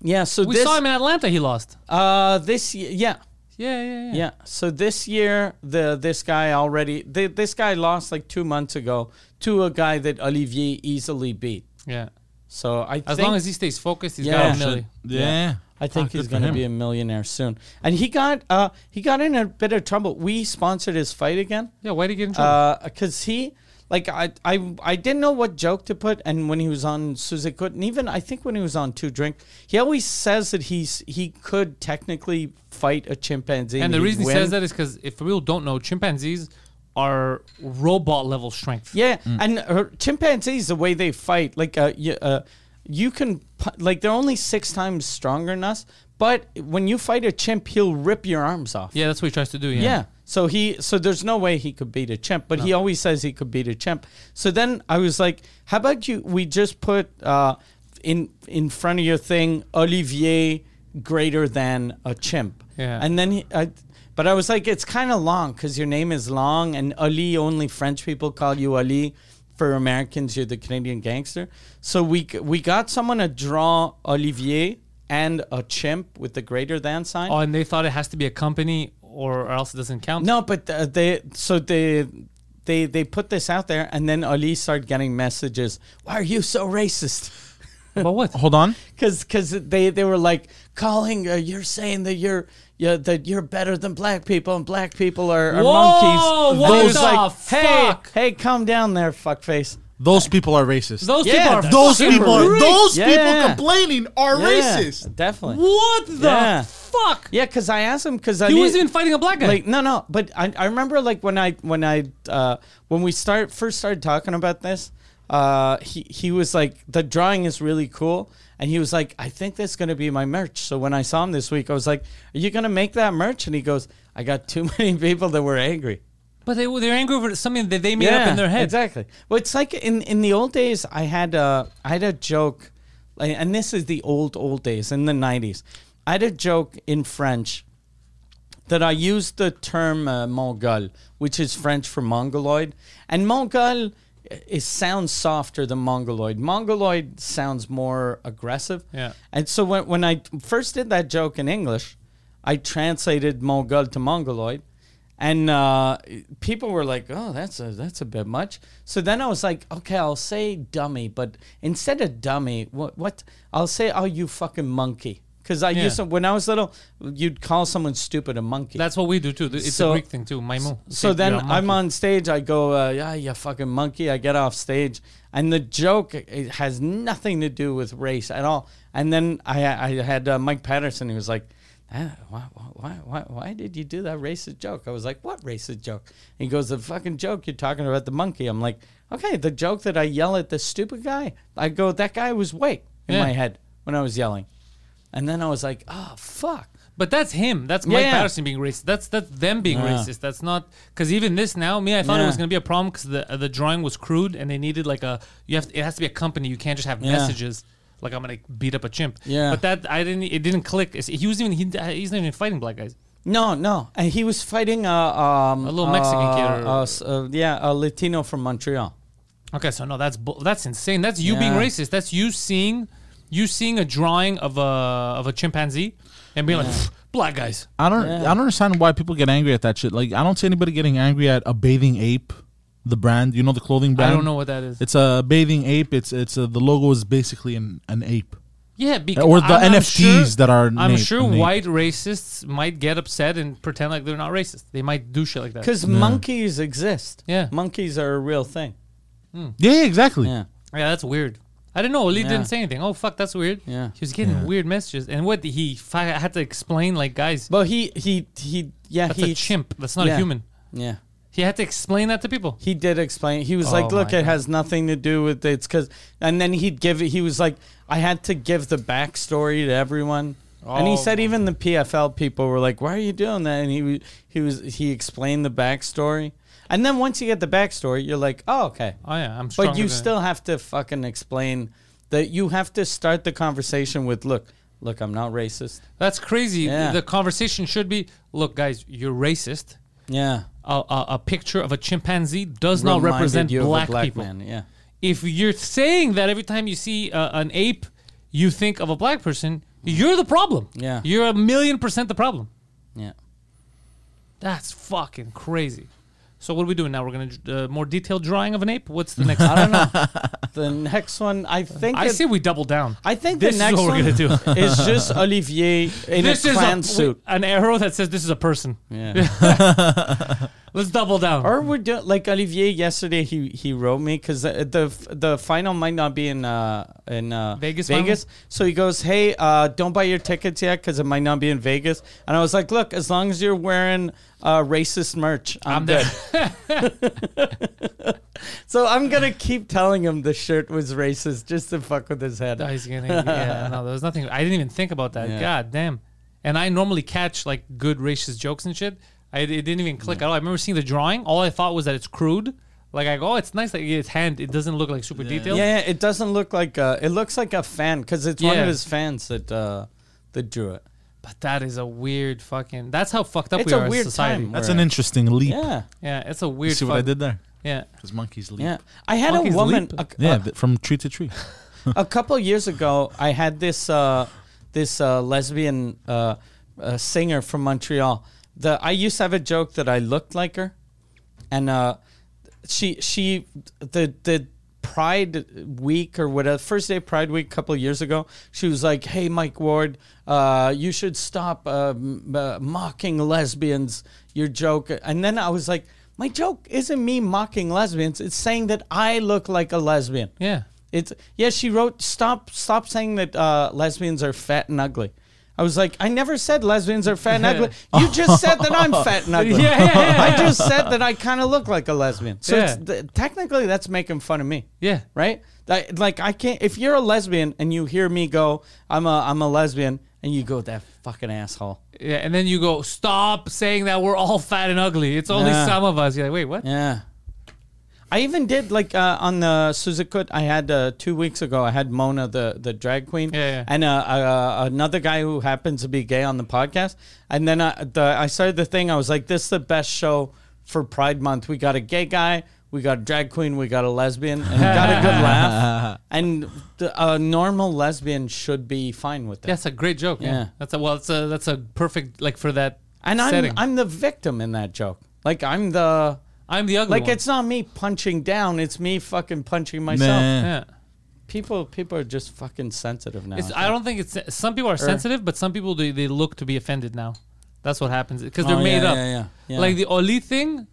C: Yeah, so
A: We
C: this
A: saw him in Atlanta. He lost.
C: uh this y- yeah,
A: Yeah, yeah, yeah.
C: Yeah. So this year, the this guy already th- this guy lost like two months ago to a guy that Olivier easily beat.
A: Yeah.
C: So I
A: As
C: think,
A: long as he Ah, stays focused, he's got
C: Yeah.
A: a milli.
B: Yeah.
C: I think
B: Fuck,
C: he's
B: good for
C: going to
B: him.
C: be a millionaire soon, and he got uh he got in a bit of trouble. We sponsored his fight again.
A: Yeah, why'd he get in trouble?
C: Uh, because he like I, I I didn't know what joke to put and when he was on Susie Could and even I think when he was on Two Drink he always says that he's he could technically fight a chimpanzee
A: and the
C: he'd
A: reason he
C: win.
A: says that is because if people don't know, chimpanzees are robot level strength.
C: Yeah, and uh, chimpanzees, the way they fight, like uh, you, uh, you can pu- like they're only six times stronger than us. But when you fight a chimp, he'll rip your arms off.
A: Yeah, that's what he tries to do. Yeah.
C: Yeah. So he so there's no way he could beat a chimp, but he always says he could beat a chimp. So then I was like, how about you we just put uh in in front of your thing Olivier greater than a chimp.
A: Yeah.
C: And then he I but I was like, it's kind of long because your name is long, and Ali only French people call you Ali. For Americans, you're the Canadian gangster. So we c- we got someone to draw Olivier and a chimp with the greater than sign.
A: Oh, and they thought it has to be a company or, or else it doesn't count.
C: No, but uh, they so they they they put this out there, and then Ali started getting messages. Why are you so racist? [LAUGHS]
A: But what?
B: Hold on.
C: Because because they they were like calling uh, you're saying that you're yeah, that you're better than black people and black people are, are
A: Whoa,
C: monkeys.
A: what
C: And it was
A: the
C: hey
A: fuck?
C: hey, calm down there, fuckface.
B: Those people are racist.
A: Those
C: Yeah,
A: people are
C: that's-
B: Those
A: fucking
B: people.
A: rude.
B: Those
C: Yeah.
B: people complaining are
C: Yeah,
B: racist.
C: definitely.
A: What the
C: Yeah.
A: fuck?
C: Yeah, because I asked him because
A: He was even fighting a black guy.
C: Like no, no, but I, I remember like when I when I uh, when we start first started talking about this, uh, he he was like the drawing is really cool, and he was like, I think that's gonna be my merch. So when I saw him [LAUGHS] this week, I was like, Are you gonna make that merch? And he goes, I got too many people that were angry.
A: But they they're angry over something that they made up in their head.
C: Exactly. Well, it's like in in the old days, I had a I had a joke, like, and this is the old old days in the nineties. I had a joke in French that I used the term uh, Mongol, which is French for Mongoloid, and Mongol is sounds softer than Mongoloid. Mongoloid sounds more aggressive.
A: Yeah.
C: And so when when I first did that joke in English, I translated Mongol to Mongoloid, and uh, people were like, "Oh, that's a that's a bit much." So then I was like, "Okay, I'll say dummy, but instead of dummy, what what I'll say, oh, you fucking monkey." Because I
A: Yeah.
C: used to, when I was little, you'd call someone stupid a monkey.
A: That's what we do too. It's
C: So-
A: a Greek thing too. Maimu.
C: so then I'm on stage. I go, uh, yeah, you fucking monkey. I get off stage, and the joke it has nothing to do with race at all. And then I I had uh, Mike Patterson. He was like, ah, why, why why why did you do that racist joke? I was like, what racist joke? And he goes, the fucking joke you're talking about the monkey. I'm like, okay, the joke that I yell at the stupid guy. I go, that guy was white in
A: Yeah.
C: my head when I was yelling, and then I was like, oh fuck.
A: But that's him. That's Mike
C: Yeah.
A: Patterson being racist. That's that's them being
C: Yeah.
A: racist. That's not because even this now, me, I thought it was
C: Yeah.
A: gonna be a problem because the uh, the drawing was crude and they needed like a you have to, it has to be a company. You can't just have
C: Yeah.
A: messages like I'm gonna beat up a chimp.
C: Yeah.
A: But that I didn't. It didn't click. It's- he was even he, he's not even fighting black guys.
C: No, no, and he was fighting a um,
A: A little Mexican
C: uh,
A: kid or-
C: uh, s- uh, yeah, a Latino from Montreal.
A: Okay, so no, that's bu- that's insane. That's you being
C: Yeah.
A: racist. That's you seeing you seeing a drawing of a of a chimpanzee and being like "Pff, black guys.
B: I don't. I don't understand why people get angry at that shit. Like, I don't see anybody getting angry at a bathing ape, the brand. You know the clothing
A: I
B: brand.
A: don't know what that is.
B: It's a bathing ape. It's it's a, the logo is basically an, an ape.
A: Yeah, because
B: Or the NFTs that are
A: I'm
B: made-
A: sure
B: made.
A: white racists might get upset and pretend like they're not racist. They might do shit like that.
C: Because monkeys exist.
A: Yeah.
C: monkeys are a real thing.
B: Yeah, yeah, exactly.
C: Yeah,
A: Yeah, that's weird. I didn't know. Ali
C: Yeah.
A: didn't say anything. Oh fuck, that's weird.
C: Yeah.
A: he was getting weird messages. And what did he? fi- I had to explain like guys,
C: but he he he yeah
A: that's
C: he
A: a chimp. That's not
C: yeah.
A: a human.
C: Yeah,
A: He had to explain that to people.
C: he did explain. He was
A: Oh
C: like, "Look,
A: my
C: it
A: God.
C: has nothing to do with it's because." And then he'd give it. He was like, "I had to give the backstory to everyone." and he
A: Oh
C: said
A: my
C: even the PFL people were like, "Why are you doing that?" And he wa- he was he explained the backstory. And then once you get the backstory, you're like, "Oh, okay."
A: Oh yeah, I'm.
C: But
A: stronger
C: you
A: than-
C: still have to fucking explain that you have to start the conversation with look, look, I'm not racist.
A: That's crazy.
C: Yeah.
A: The conversation should be, look, guys, you're racist.
C: Yeah.
A: A, a, a picture of a chimpanzee does not
C: Reminded
A: represent
C: you of a
A: black, people.
C: Man. Yeah.
A: if you're saying that every time you see uh, an ape, you think of a black person, you're the problem.
C: Mm-hmm. Yeah.
A: You're a million percent the problem.
C: Yeah.
A: That's fucking crazy. So what are we doing now? We're gonna uh, more detailed drawing of an ape. What's
C: [LAUGHS]
A: the next?
C: I
A: [LAUGHS]
C: don't know. the next one I think
A: I
C: it-
A: say we double down.
C: I think
A: this
C: the next
A: is what
C: one
A: we're gonna do.
C: is just Olivier in
A: this
C: a
A: is
C: clan
A: a,
C: suit.
A: an arrow that says this is a person.
C: Yeah.
A: [LAUGHS] Let's double down.
C: or we're doing like Olivier yesterday. He he wrote me because the, the f- the final might not be in uh in uh,
A: Vegas final?
C: Vegas. So he goes, hey, uh, don't buy your tickets yet because it might not be in Vegas. And I was like, look, as long as you're wearing uh, racist merch, I'm,
A: I'm
C: good.
A: [LAUGHS] there.
C: So I'm gonna keep telling him the shirt was racist just to fuck with his head.
A: Oh, he's gonna. Yeah, no, there was nothing. I didn't even think about that.
C: Yeah.
A: God damn. And I normally catch like good racist jokes and shit. I it didn't even click at all. I remember seeing the drawing. All I thought was that it's crude. Like I go, oh, it's nice. Like it's hand. It doesn't look like super detailed.
C: Yeah, yeah, it doesn't look like uh, it looks like a fan because it's one
A: Yeah.
C: of his fans that uh, that drew it.
A: But that is a weird fucking. That's how fucked up
C: It's
A: we
C: a
A: are
C: weird
A: as society.
C: time.
B: That's
C: Right.
B: an interesting leap.
C: Yeah,
A: Yeah, it's a
B: You
A: weird.
B: see what I
A: fuck-
B: did there?
A: Yeah. Uh,
B: Because monkeys leap.
C: yeah. I had
A: Monkey's
C: a woman.
A: leap.
C: A,
B: Yeah, th- from tree
A: [LAUGHS]
B: to tree.
C: a couple years ago, I had this uh, this uh, lesbian uh, uh, singer from Montreal. The I used to have a joke that I looked like her, and uh, she she the the Pride Week or whatever first day of Pride Week a couple years ago, she was like, "Hey, Mike Ward, uh, you should stop uh, m- uh, mocking lesbians. Your joke." And then I was like. My joke isn't me mocking lesbians. It's saying that I look like a lesbian.
A: Yeah.
C: It's yeah. She wrote stop stop saying that uh, lesbians are fat and ugly. I was like, I never said lesbians are fat and ugly.
A: [LAUGHS]
C: You just said that I'm fat and
A: Yeah,
C: ugly.
A: yeah, yeah,
C: I
A: yeah.
C: just said that I kind of look like a lesbian. So it's,
A: Yeah.
C: th- technically, that's making fun of me.
A: Yeah.
C: Right. That- like I can't. If you're a lesbian and you hear me go, I'm a I'm a lesbian, and you go that fucking asshole.
A: Yeah, and then you go, stop saying that we're all fat and ugly. It's only
C: Yeah.
A: some of us. You're like, wait, what?
C: Yeah. I even did like uh, on the Suzukut. I had uh, two weeks ago. I had Mona, the the drag queen,
A: Yeah, yeah.
C: and uh, uh, another guy who happens to be gay on the podcast. And then I the, I started the thing. I was like, "This is the best show for Pride Month. We got a gay guy, we got a drag queen, we got a lesbian, and we got
A: [LAUGHS]
C: a good laugh. And the, a normal lesbian should be fine with that.
A: That's a great joke. Yeah.
C: Yeah.
A: That's a well, it's a that's a perfect like for that
C: and I'm
A: setting.
C: I'm the victim in that joke. Like I'm the
A: I'm the ugly
C: Like
A: one.
C: it's not me punching down, it's me fucking punching myself.
B: Nah.
A: yeah.
C: People people are just fucking sensitive now.
A: It's, I don't think it's some people are
C: Er.
A: sensitive, but some people they, they look to be offended now. That's what happens because they're
C: Oh,
A: made
C: yeah,
A: up.
C: yeah, yeah, yeah.
A: Like the Oli thing,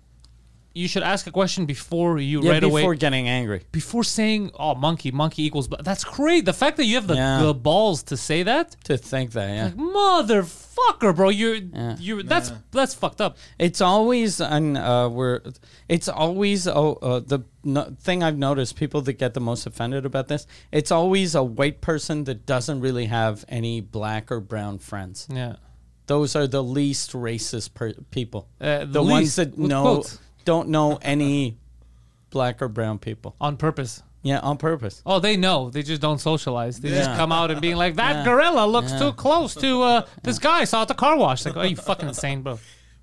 A: you should ask a question before you
C: yeah,
A: right
C: before
A: away
C: getting angry.
A: before saying, "Oh, monkey, monkey equals." But that's great. The fact that you have the,
C: Yeah.
A: the balls to say that,
C: To think that, yeah.
A: motherfucker, bro, you're you're that's that's fucked up.
C: It's always and uh, we're it's always oh uh, the no, thing I've noticed people that get the most offended about this. It's always a white person that doesn't really have any black or brown friends.
A: Yeah.
C: Those are the least racist per- people.
A: Uh, the
C: the ones
A: least,
C: that
A: with
C: know
A: quotes.
C: don't know any black or brown people.
A: On purpose.
C: Yeah, on purpose.
A: Oh, they know. They just don't socialize. They just
C: Yeah.
A: come out and being like, "That gorilla looks too close to uh, this guy I saw at the car wash." Like, oh, you fucking insane, bro.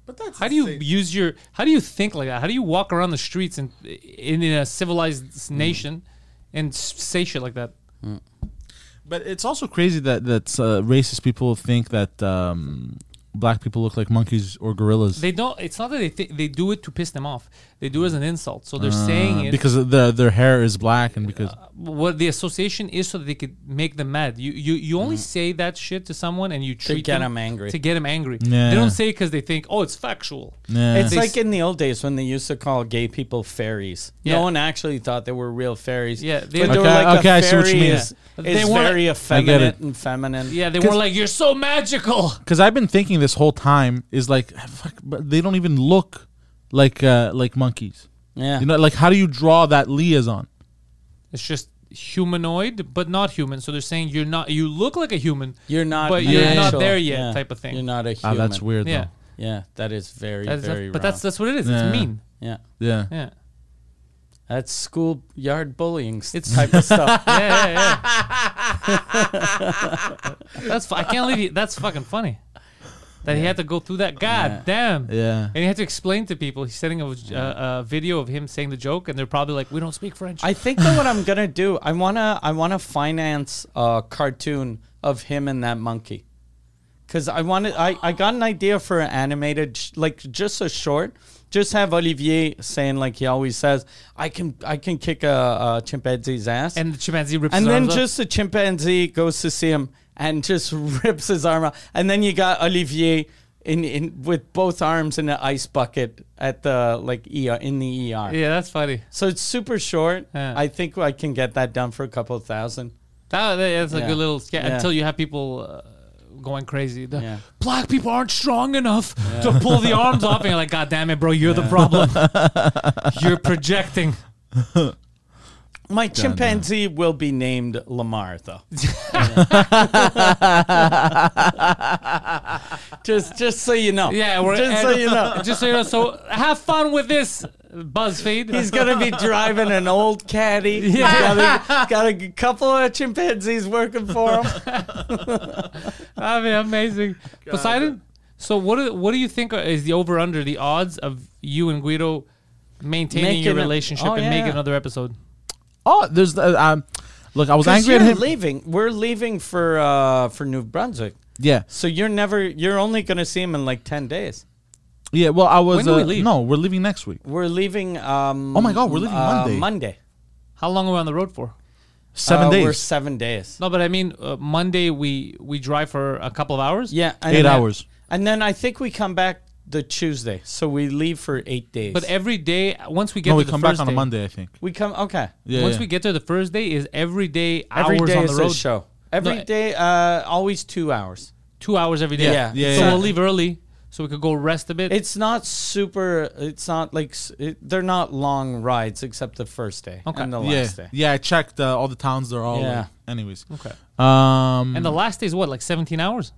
B: But that's
A: How do you
B: insane.
A: use your? How do you think like that? How do you walk around the streets in in, in a civilized s- nation and s- say shit like that?
B: But it's also crazy that that uh, racist people think that um, black people look like monkeys or gorillas
A: They don't. It's not that they think they do it to piss them off. They do it as an insult. So they're saying it
B: uh, because of their their hair is black and because
A: what the association is so that they could make them mad. You you, you only say that shit to someone and you treat
C: get
A: them,
C: 'em angry.
A: To get them angry.
B: Yeah.
A: They don't say because they think, oh, it's factual.
B: Yeah.
C: It's
A: They s-
C: like in the old days when they used to call gay people fairies.
A: Yeah.
C: No one actually thought they were real fairies.
A: Yeah, they-
C: they, but they were
B: Okay,
C: like
B: okay,
C: a
B: I see what you
C: fairy uh,
B: mean.
C: Is,
A: Yeah.
C: is
A: They wanna-
C: very
B: it.
C: effeminate and feminine.
A: Yeah, they were like, you're so magical.
B: because I've been thinking this whole time is like ah, fuck, but they don't even look like uh, like monkeys.
C: Yeah.
B: You know, like how do you draw that liaison?
A: It's just humanoid, but not human. So they're saying you're not. You look like a human.
C: you're not.
A: But
C: an
A: you're not
C: actual-
A: there yet,
C: yeah,
A: type of thing.
C: You're not a
B: Ah,
C: human.
B: that's weird.
A: Yeah.
B: though.
C: Yeah, that is very
A: That's-
C: very.
A: but
C: wrong.
A: that's that's what it is.
B: Yeah.
A: It's mean.
C: yeah.
B: Yeah.
A: Yeah.
C: That's schoolyard bullying.
A: It's-
C: It's type
A: [LAUGHS]
C: of stuff.
A: Yeah, yeah, yeah. that's fu- I can't leave you. That's fucking funny. That he had to go through that. God damn.
B: Yeah.
A: And he had to explain to people. He's sending a, uh, a video of him saying the joke, and they're probably like, "We don't speak French."
C: I think that what I'm
A: [SIGHS]
C: gonna do, I wanna I wanna finance a cartoon of him and that monkey. Cause I wanted I, I got an idea for an animated sh- like just a short. Just have Olivier saying like he always says, I can I can kick a, a chimpanzee's ass.
A: and the chimpanzee rips.
C: And
A: his
C: then
A: arms off.
C: just the chimpanzee goes to see him and just [LAUGHS] rips his arm out. And then you got Olivier in, in with both arms in an ice bucket at the like ER in the ER.
A: yeah, that's funny.
C: So it's super short.
A: Yeah.
C: I think I can get that done for a couple thousand.
A: That, that's a
C: Yeah.
A: good little sketch
C: Yeah.
A: until you have people uh, going crazy. The,
C: Yeah.
A: Black people aren't strong enough to pull the arms off, and you're like, "God damn it, bro! You're the problem.
C: [LAUGHS]
A: you're projecting."
C: My chimpanzee will be named Lamar,
A: [LAUGHS]
C: though. [LAUGHS] just, just so you know.
A: Yeah, we're
C: just so
A: and- [LAUGHS]
C: you know.
A: Just so you know. So have fun with this, BuzzFeed. [LAUGHS]
C: He's gonna be driving an old caddy. He's got, a, got a couple of chimpanzees
A: [LAUGHS]
C: working for him.
A: I mean, amazing. Poseidon. So what do what do you think is the over under the odds of you and Guido maintaining your
C: Making a-
A: relationship
C: oh,
A: and
C: yeah,
A: making
C: yeah.
A: another episode?
B: Oh, there's uh, um, look, I was
C: 'Cause
B: angry at
C: you're
B: him.
C: leaving. We're leaving for uh, for New Brunswick.
B: Yeah.
C: So you're never. You're only gonna see him in like ten days.
B: Yeah. Well, I was.
A: When do
B: uh,
A: we leave?
B: No, we're leaving next week.
C: We're leaving. Um,
B: Oh my God, we're leaving
C: uh,
B: Monday.
C: Monday.
A: How long are we on the road for?
B: Seven
C: Uh,
B: days.
C: We're seven days.
A: No, but I mean uh, Monday we we drive for a couple of hours.
C: Yeah, and
B: Eight
C: then-
B: hours.
C: And then I think we come back the Tuesday, so we leave for eight days.
A: But every day once we get
B: no,
A: to
B: we
A: the
B: come back
A: first
B: on a
A: day-
B: Monday, I think.
C: we come okay.
B: Yeah.
A: once
B: yeah.
A: we get there, the first day is every day
C: Every day
A: hours on the
C: is
A: road
C: a show. Every
A: No,
C: day, uh, always two hours.
A: two hours every day.
C: Yeah. Yeah,
A: so
B: yeah.
A: we'll leave early. so we could go rest a bit.
C: It's not super. It's not like s- it, they're not long rides except the first day
A: Okay.
C: and the
B: yeah,
C: last day.
B: yeah. I checked uh, all the towns. They're all.
C: Yeah.
B: like- anyways.
A: okay.
B: Um.
A: And the last day is what, like 17 hours?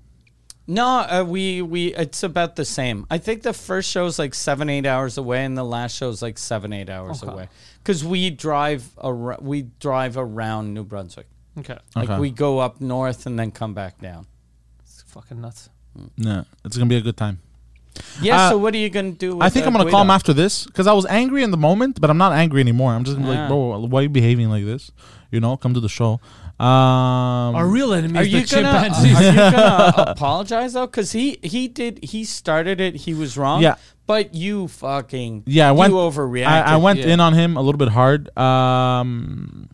C: No, uh, we we it's about the same. I think the first show is like seven eight hours away, and the last show is like seven eight hours
A: Okay.
C: away. Because we drive ar- we drive around New Brunswick.
A: Okay.
C: Like
B: Okay.
C: we go up north and then come back down.
A: It's fucking nuts.
B: yeah, it's gonna be a good time.
C: Yeah.
B: Uh,
C: so what are you gonna do? With
B: I think
C: uh,
B: I'm gonna call him
C: Guido?
B: after this because I was angry in the moment, but I'm not angry anymore. I'm just gonna be like,
C: Ah.
B: bro, why are you behaving like this? You know, come to the show. Um,
A: Our real enemy
C: Are
A: is the
C: you gonna
A: chimpanzees.
C: [LAUGHS] are you
B: [LAUGHS]
C: gonna apologize though? Because he he did he started it. He was wrong.
B: Yeah.
C: But you fucking
B: yeah, I went.
C: You overreacted.
B: I, I went
A: yeah.
B: in on him a little bit hard. Um,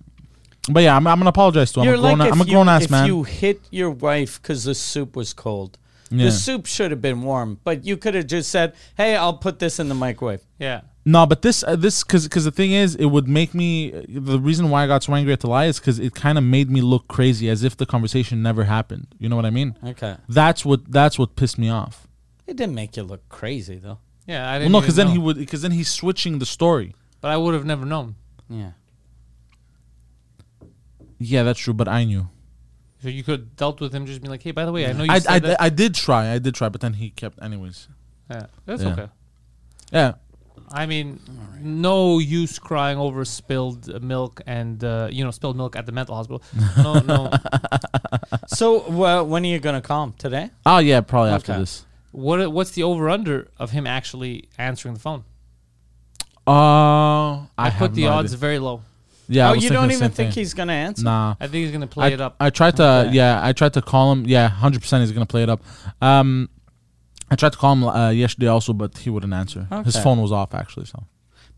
B: but yeah, I'm, I'm gonna apologize to him.
C: You're
B: I'm a grown,
C: like if
B: I'm a
C: you-
B: grown ass
C: if
B: man.
C: you hit your wife because the soup was cold.
B: Yeah.
C: The soup should have been warm, but you could have just said, "Hey, I'll put this in the microwave."
A: yeah.
B: No, but this uh, this because because the thing is, it would make me the reason why I got so angry at Talai is because it kind of made me look crazy, as if the conversation never happened. You know what I mean?
C: Okay.
B: That's what that's what pissed me off.
C: It didn't make you look crazy though.
A: Yeah. I
B: Well,
A: didn't
B: no, because
A: even
B: then he
A: know.
B: would because then he's switching the story.
A: But I would have never known.
C: Yeah.
B: Yeah, that's true. But I knew.
A: So you could have dealt with him just being like, hey, by the way, I know Oh, you
B: I,
A: said
B: I,
A: that.
B: I did try. I did try, but then he kept anyways.
A: yeah. That's
B: Yeah.
A: okay.
B: Yeah.
A: I mean, no use crying over spilled uh, milk and, uh, you know, spilled milk at the mental
B: [LAUGHS]
A: hospital. No, no.
C: So well, when are you gonna call him today?
B: Oh yeah, probably after
C: Okay.
B: this.
A: What What's the over under of him actually answering the phone?
B: Uh, I,
A: I,
B: have
A: put the
B: no
A: odds
B: idea.
A: very low.
B: Yeah. I
C: oh,
B: was
C: you
B: thinking
C: don't
B: the
C: even
B: same
C: think
B: thing.
C: he's gonna answer.
B: Nah.
A: I think he's gonna play
B: I,
A: it up.
B: I tried to yeah, I tried to call him. Yeah, hundred percent, he's gonna play it up. Um, I tried to call him uh, yesterday also, but he wouldn't answer. His
C: Okay.
B: phone was off actually. So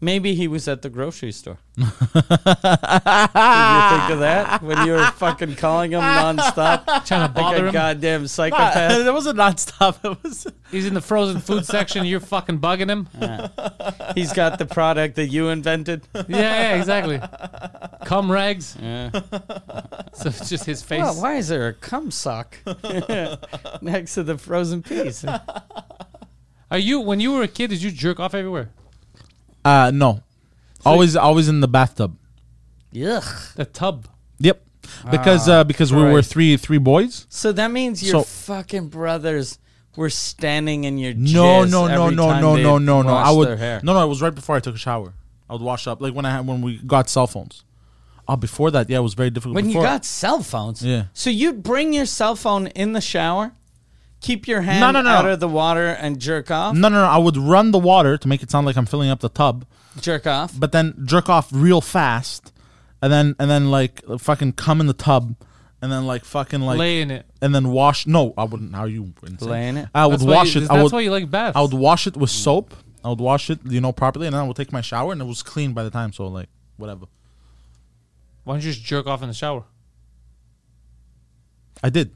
C: Maybe he was at the grocery
B: [LAUGHS]
C: store. Did you think of that when you were fucking calling him nonstop?
A: trying
B: [LAUGHS]
A: to
C: Like
A: bother
C: a
A: him.
C: goddamn psychopath.
B: wasn't nonstop. [LAUGHS] It was
A: He's in the frozen food section. You're fucking bugging
B: [LAUGHS]
A: him. Yeah,
C: He's got the product that you invented.
B: [LAUGHS]
A: yeah, exactly. Cum rags.
C: Yeah.
A: [LAUGHS] So it's just his face.
C: Well, why is there a cum
B: [LAUGHS]
C: sock next to the frozen peas?
A: Are you? When you were a kid, did you jerk off everywhere?
B: uh, no, always always in the bathtub.
C: [LAUGHS] Ugh.
A: The tub.
B: Yep, because
A: Ah,
B: uh, because we were
C: Christ.
B: three three boys.
C: So that means
B: So-
C: your fucking brothers were standing in your
B: No,
C: jizz
B: no, no,
C: every
B: no,
C: time
B: no,
C: they
B: no, no, no. I
C: washed
B: would
C: their hair.
B: no, no. It was right before I took a shower. I would wash up like when I had, when we got cell phones. Oh, before that, yeah, it was very difficult.
C: When
B: before.
C: you got cell phones,
B: Yeah.
C: So you'd bring your cell phone in the shower, keep your hand
B: No, no, no.
C: out of the water, and jerk off.
B: no, no, no, I would run the water to make it sound like I'm filling up the tub.
C: Jerk off.
B: but then jerk off real fast, and then and then like fucking come in the tub, and then like fucking like
A: Lay in it.
B: and then wash. No, I wouldn't. How you insane.
C: Lay in it?
B: I would
A: That's why
B: wash
A: you-
B: it.
A: That's
B: I would.
A: why you like baths.
B: I would wash it with soap. I would wash it, you know, properly, and then I would take my shower, and it was clean by the time. So like whatever.
A: Why don't you just jerk off in the shower?
B: I did.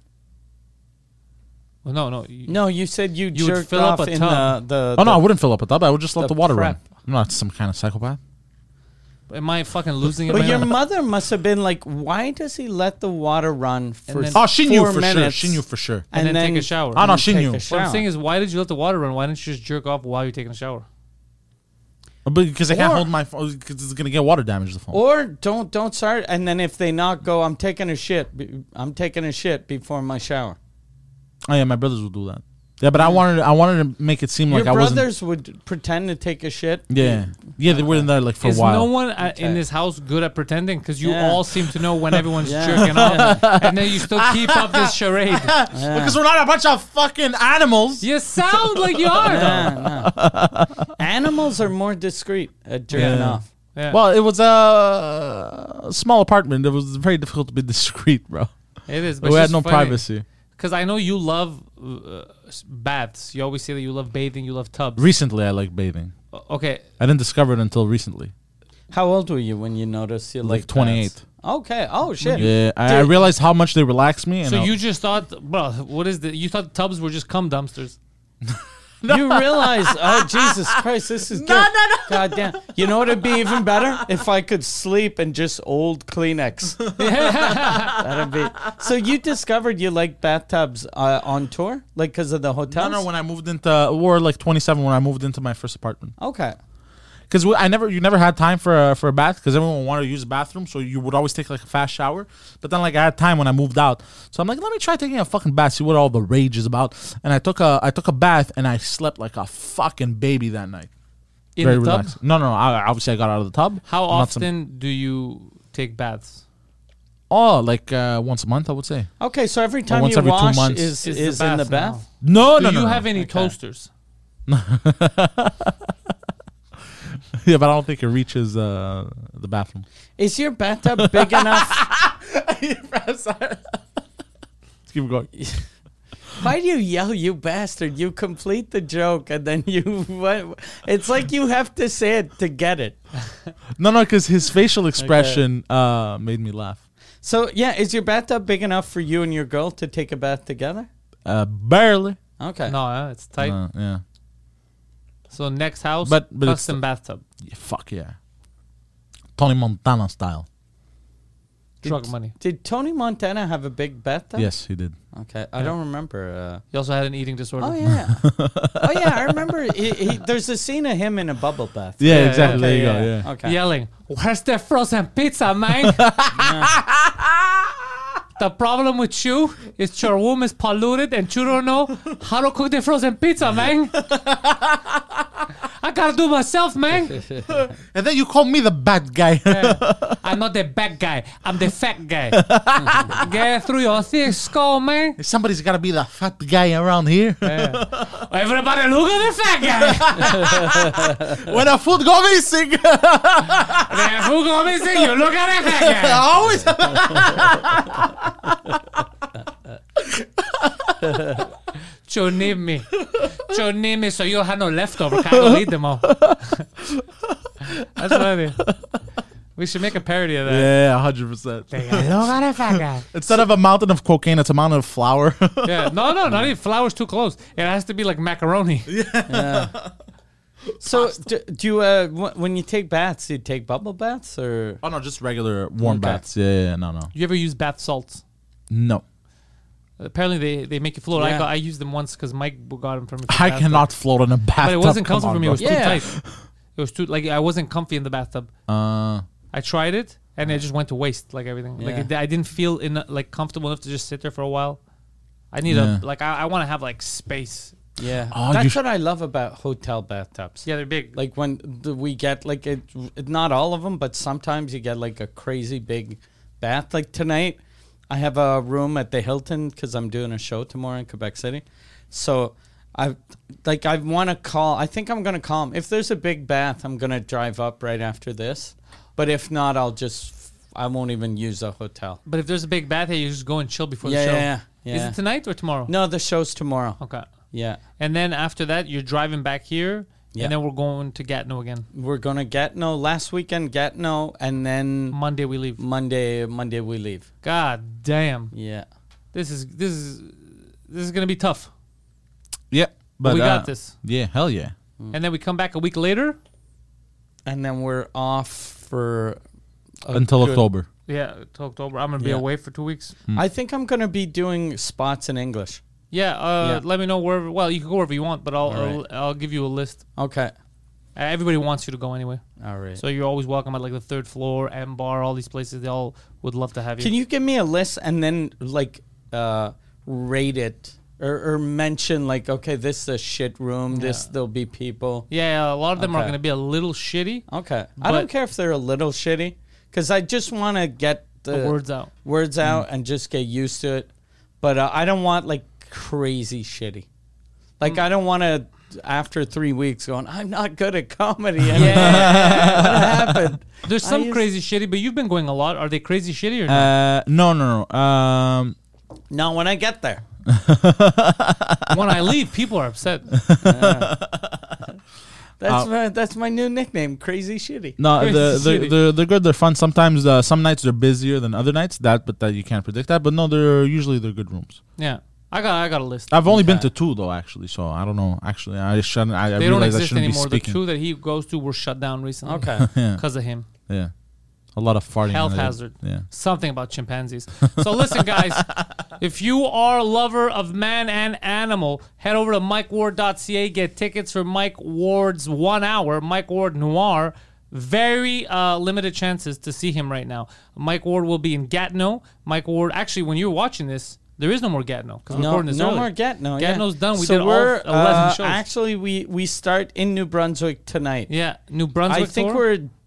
A: Well, no, no. You,
C: No, you said you,
A: You would
C: jerked
A: fill up
C: off
A: a
C: in the,
A: tub.
C: the.
B: Oh no,
C: the-
B: I wouldn't fill up a tub. I would just let
C: the
B: the, water run.
C: prep.
B: I'm not some kind of psychopath.
A: Am I fucking losing it?
C: [LAUGHS] But
A: right
C: your
A: now?
C: mother must have been like, "Why does he let the water run for?"
A: then-
B: Oh, she knew
C: four
B: for sure.
C: minutes
B: She knew for sure.
A: and, then,
C: and
A: take
C: then- Ah,
A: a shower.
B: Oh no,
C: and
B: she
C: take
B: knew.
C: a sh-
A: What I'm
C: shower.
A: saying is, why did you let the water run? Why didn't you just jerk off while you're taking a shower?
B: Because I can't
C: Or-
B: hold my phone because it's gonna get water damage. The phone.
C: Or don't don't start, and then if they not go, I'm taking a shit. be- I'm taking a shit before my shower.
B: Oh yeah, my brothers would do that. Yeah, but I wanted I wanted to make it seem like
C: Your
B: I wasn't.
C: brothers would pretend to take a shit.
B: Yeah, yeah, they were in there like for
A: Is
B: a while.
A: no one uh in
C: Okay.
A: this house good at pretending? Because you
C: Yeah.
A: all seem to know
C: [LAUGHS]
A: when everyone's
C: Yeah.
A: jerking
C: [LAUGHS]
A: off, and then you still keep up this charade.
B: Because we're not a bunch of fucking animals.
A: You sound like you are. though.
C: Nah, nah. Animals are more discreet at jerking
B: Yeah.
C: off.
A: Yeah.
B: Well, it was a small apartment. It was very difficult to be [LAUGHS] discreet, bro.
A: it is. But
B: We had no privacy.
A: Because I know you love uh, s- baths. You always say that you love bathing. You love tubs.
B: Recently, I like bathing.
A: O- okay.
B: I didn't discover it until recently,
C: How old were you when you noticed you
B: like
C: liked
B: twenty
C: baths?
B: eight.
C: Okay. Oh shit.
B: Yeah, I, I
C: Dude.
B: realized how much they relaxed me. And
A: So
B: I-
A: you just thought, bro, what is the? You thought tubs were just cum dumpsters.
D: [LAUGHS]
C: You realize, oh Jesus Christ, this is good.
D: no, no.
C: God damn. You know what would be even better? If I could sleep in just old
D: [LAUGHS]
C: Kleenex. That'd be. So you discovered you like bathtubs uh, on tour? Like because of the
B: No,
C: hotels?
B: no. When I moved into, or like 27, when I moved into my first apartment,
C: okay.
B: because I never, you never had time for a, for a bath, because everyone wanted to use the bathroom, so you would always take like a fast shower. But then like I had time when I moved out, so I'm like, let me try taking a fucking bath, see what all the rage is about. And I took a, I took a bath, and I slept like a fucking baby that night.
A: in the tub?
B: relaxed. No, no, no. I, obviously, I got out of the tub.
A: How
B: Not some-
A: often do you take baths?
B: oh, like uh, once a month, I would say.
C: Okay, so every time
B: once
C: you
B: every two
C: wash
B: months.
C: is
A: Is
C: is,
A: the
C: in the
A: bath now.
C: bath.
B: No,
A: do
B: no,
A: you
B: no. no.
A: have any toasters?
B: [LAUGHS] yeah, but I don't think it reaches uh, the bathroom.
C: Is your bathtub big enough? [LAUGHS]
B: Let's keep going.
C: Why do you yell, you bastard? You complete the joke and then you. [LAUGHS] What, it's like you have to say it to get it.
B: No, no, because his facial expression uh, made me laugh.
C: So yeah, is your bathtub big enough for you and your girl to take a bath together?
B: Uh, barely.
C: Okay.
A: No, uh, it's tight.
B: Uh, yeah.
A: So next house,
B: But- but it's-
A: custom bathtub,
B: yeah. Fuck yeah. Tony Montana style.
A: drug money.
C: Did Tony Montana have a big bathtub?
B: Yes, he did.
C: Okay, I don't remember.
A: He also had an eating disorder.
C: Uh... Oh
B: [LAUGHS]
C: yeah. oh yeah, I remember. He, he, there's a scene of him in a bubble bath.
B: Yeah,
A: yeah,
B: exactly.
C: Okay,
B: there you go. Yeah.
C: Okay.
A: Yelling, "Where's the frozen pizza, man?" [LAUGHS] The problem with you is your room is polluted and you don't know how to cook the frozen pizza, man. I gotta do myself, man.
B: And then you call me the bad guy.
A: I'm not the bad guy. I'm the fat guy. Get through your thick skull, man.
B: [LAUGHS] Somebody's got to be the fat guy around here.
A: Everybody look at the fat guy.
B: when a food go missing, [LAUGHS]
A: The Who go missing? You look at the fat
B: I
A: guy.
B: always.
A: You need me. You need me so you have no leftover. Can't go eat them all. That's funny. We should make a parody of that.
B: [LAUGHS] Yeah, hundred percent.
A: Look at the fat guy.
B: [LAUGHS] Instead of a mountain of cocaine, it's a mountain of flour. [LAUGHS]
A: Yeah, no, no, not even flowers too close. It has to be like macaroni.
C: So do, do you uh, w- when you take baths, do you take bubble baths or?
B: oh no, just regular warm
C: Okay.
B: baths. Yeah, yeah, yeah, no, no,
A: You ever use bath salts?
B: no.
A: Apparently they, they make you float. I
C: Yeah.
A: got I used them once because Mike got them for me.
B: I cannot float in a bathtub.
A: But it wasn't
B: Come
A: comfortable
B: on,
A: for me. It
B: bro.
A: was
C: Yeah.
A: too tight. It was too like I wasn't comfy in the bathtub.
B: Uh,
A: I tried it and it just went to waste. Like everything. Like
C: Uh. Yeah.
A: it, I didn't feel in like comfortable enough to just sit there for a while. I need
B: Yeah.
A: a like I, I want to have like space.
C: Yeah.
B: Oh, you
C: That's
B: sh-
C: what I love about hotel bathtubs.
A: Yeah, they're big.
C: Like when the, we get like it, not all of them, but sometimes you get like a crazy big bath. Like tonight, I have a room at the Hilton because I'm doing a show tomorrow in Quebec City. So I like I want to call. I think I'm gonna call him. If there's a big bath, I'm gonna drive up right after this. But if not, I'll just I won't even use a hotel.
A: but if there's a big bath, you just go and chill before
C: Yeah,
A: the show.
C: yeah, yeah.
A: Is it tonight or tomorrow?
C: No, the show's tomorrow.
A: Okay.
C: Yeah,
A: And then after that, you're driving back here,
C: Yeah.
A: and then we're going to Gatineau again.
C: we're gonna Gatineau last weekend, Gatineau, and then
A: Monday we leave.
C: Monday, Monday we leave.
A: God damn,
C: Yeah.
A: this is this is this is gonna be tough.
B: yeah, but
A: we got
B: uh,
A: this.
B: Yeah, hell yeah.
C: Mm.
A: And then we come back a week later.
C: and then we're off for. a
B: Until
C: good-
B: October.
A: Yeah, to October. I'm gonna be
C: Yeah. Hmm.
A: away for two weeks.
C: I think I'm gonna be doing spots in English.
A: Yeah, uh,
C: Yeah.
A: let me know wherever. Well, you can go wherever you want, but I'll
C: All right.
A: I'll, I'll give you a list.
C: Okay.
A: Uh, Everybody wants you to go anyway,
C: All right.
A: so you're always welcome at like the third floor, M Bar, all these places. They all would love to have you.
C: Can you give me a list and then like uh, rate it or, or mention like okay this is a shit room this there'll be people.
A: Yeah, a lot of them are
C: Okay.
A: gonna be a little shitty.
C: Okay. I don't
A: But-
C: care if they're a little shitty because I just want to get the,
A: words out. Mm.
C: words out and just get used to it. But uh, I don't want like crazy shitty. Like
A: Mm.
C: I don't want to after three weeks going I'm not good at comedy.
A: [LAUGHS]
C: Yeah. what happened?
A: There's
C: I
A: some
C: used-
A: crazy shitty, but you've been going a lot. Are they crazy shitty or no?
B: Uh, no, no, no. Um,
C: Not when I get there. Uh,
A: when
C: [LAUGHS]
A: I leave, people are upset. Uh,
C: That's my that's my new nickname, crazy shitty.
B: no, the,
A: Crazy
B: the,
A: city.
B: they're, they're good. They're fun. Sometimes, uh, some nights they're busier than other nights. That, but that you can't predict that. But no, they're usually they're good rooms.
A: Yeah. I got I got a list.
B: I've only been to two though, actually. So I don't know. Actually, I shouldn't. I, I
A: they don't
B: realize I
A: exist
B: shouldn't
A: anymore.
B: be
A: The
B: speaking.
A: two that he goes to were shut down recently. [LAUGHS]
C: Okay.
A: Because of him.
B: yeah, a lot of farting.
A: Health
B: and-
A: hazard.
B: Yeah.
A: Something about chimpanzees. So listen,
B: [LAUGHS]
A: guys, if you are a lover of man and animal, head over to MikeWard.ca. Get tickets for Mike Ward's one hour, Mike Ward Noir. Very uh, limited chances to see him right now. Mike Ward will be in Gatineau. Mike Ward, actually, when you're watching this, there is no more Gatineau. 'cause we're
C: No,
A: recording this
C: no
A: early.
C: more Gatineau. yeah.
A: Gatineau's done. We
C: So
A: did all
C: we're,
A: 11
C: uh,
A: shows.
C: Actually, we we start in New Brunswick tonight.
A: yeah, New Brunswick.
C: I think
A: tour?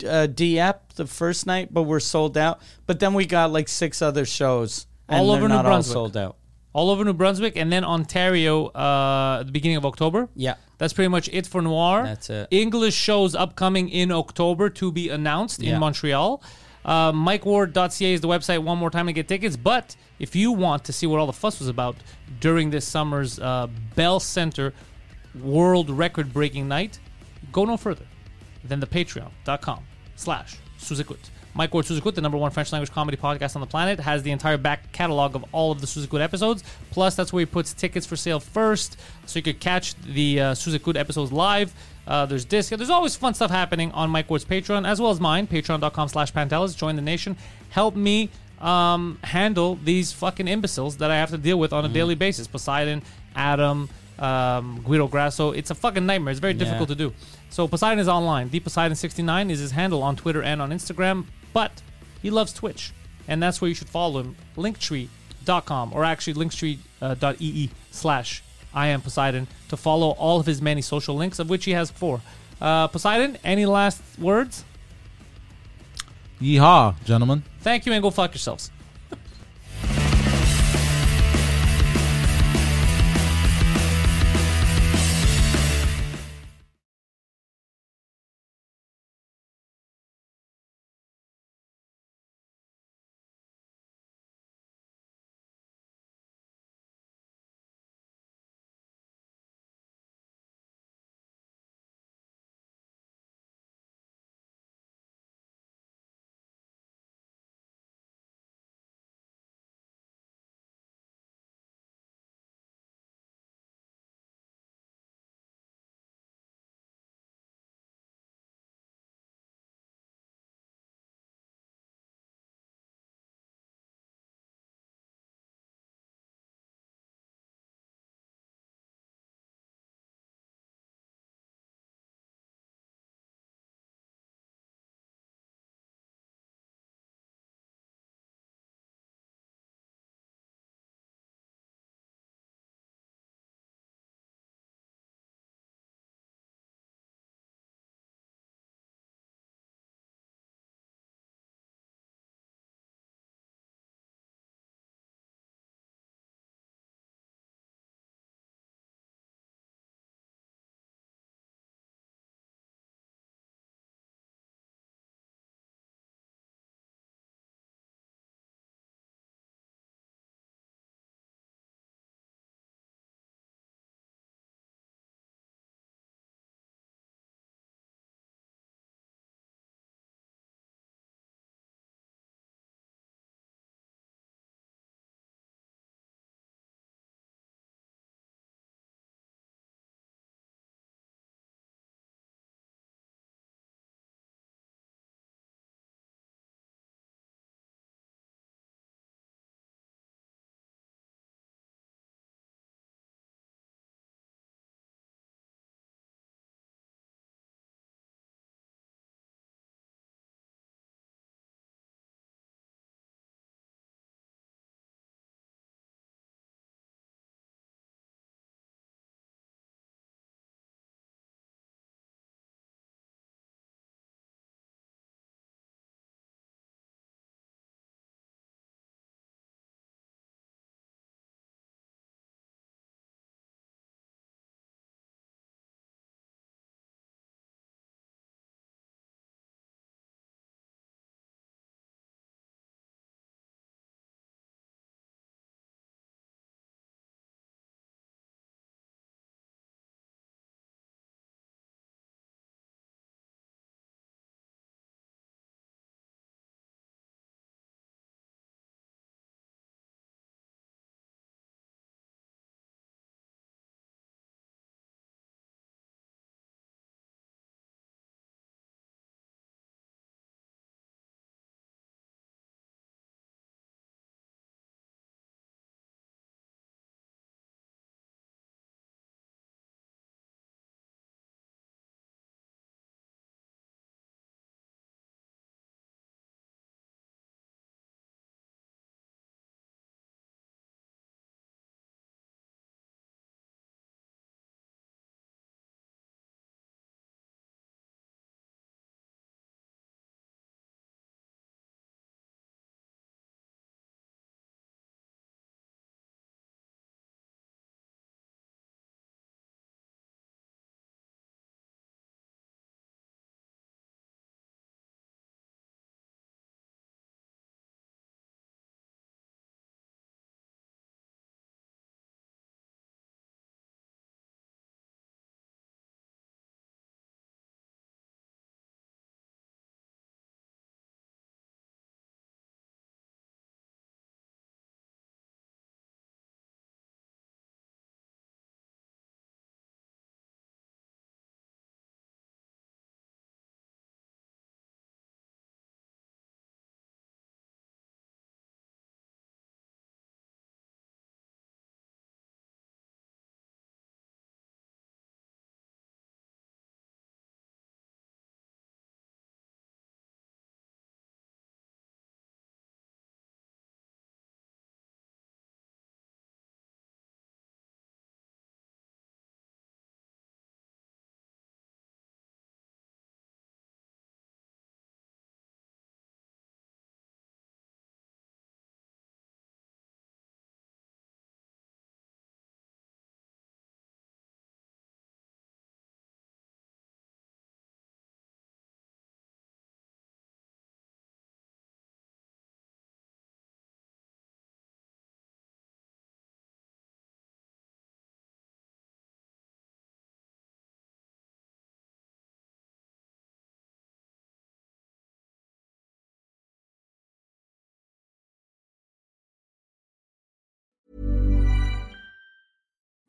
C: we're uh, Dieppe the first night, but we're sold out. But then we got like six other shows, and
A: All
C: they're
A: over New
C: not
A: Brunswick.
C: all sold out.
A: all over New Brunswick, and then Ontario uh, at the beginning of October.
C: Yeah.
A: That's pretty much it for Noir.
C: That's it.
A: English shows upcoming in October to be announced
C: Yeah.
A: in Montreal. Uh, MikeWard.ca is the website one more time to get tickets. But if you want to see what all the fuss was about during this summer's uh, Bell Center world record breaking night, go no further than the patreon.com slash Suzukut. Mike Ward Suzukut, the number one French language comedy podcast on the planet, has the entire back catalog of all of the Suzukut episodes. Plus, that's where he puts tickets for sale first, so you could catch the uh, Suzukut episodes live. Uh, there's disc. There's always fun stuff happening on Mike Ward's Patreon, as well as mine, patreon.com slash Pantelis. Join the nation. Help me um, handle these fucking imbeciles that I have to deal with on a daily basis. Poseidon, Adam, um, Guido Grasso. It's a fucking nightmare. It's very difficult to do. So Poseidon is online. The Poseidon69 is his handle on Twitter and on Instagram, but he loves Twitch, and that's where you should follow him. Linktree.com or actually linktree.ee uh, dot EE slash I am Poseidon to follow all of his many social links, of which he has four. Uh, Poseidon, any last words?
B: Yeehaw, gentlemen.
A: Thank you and go fuck yourselves.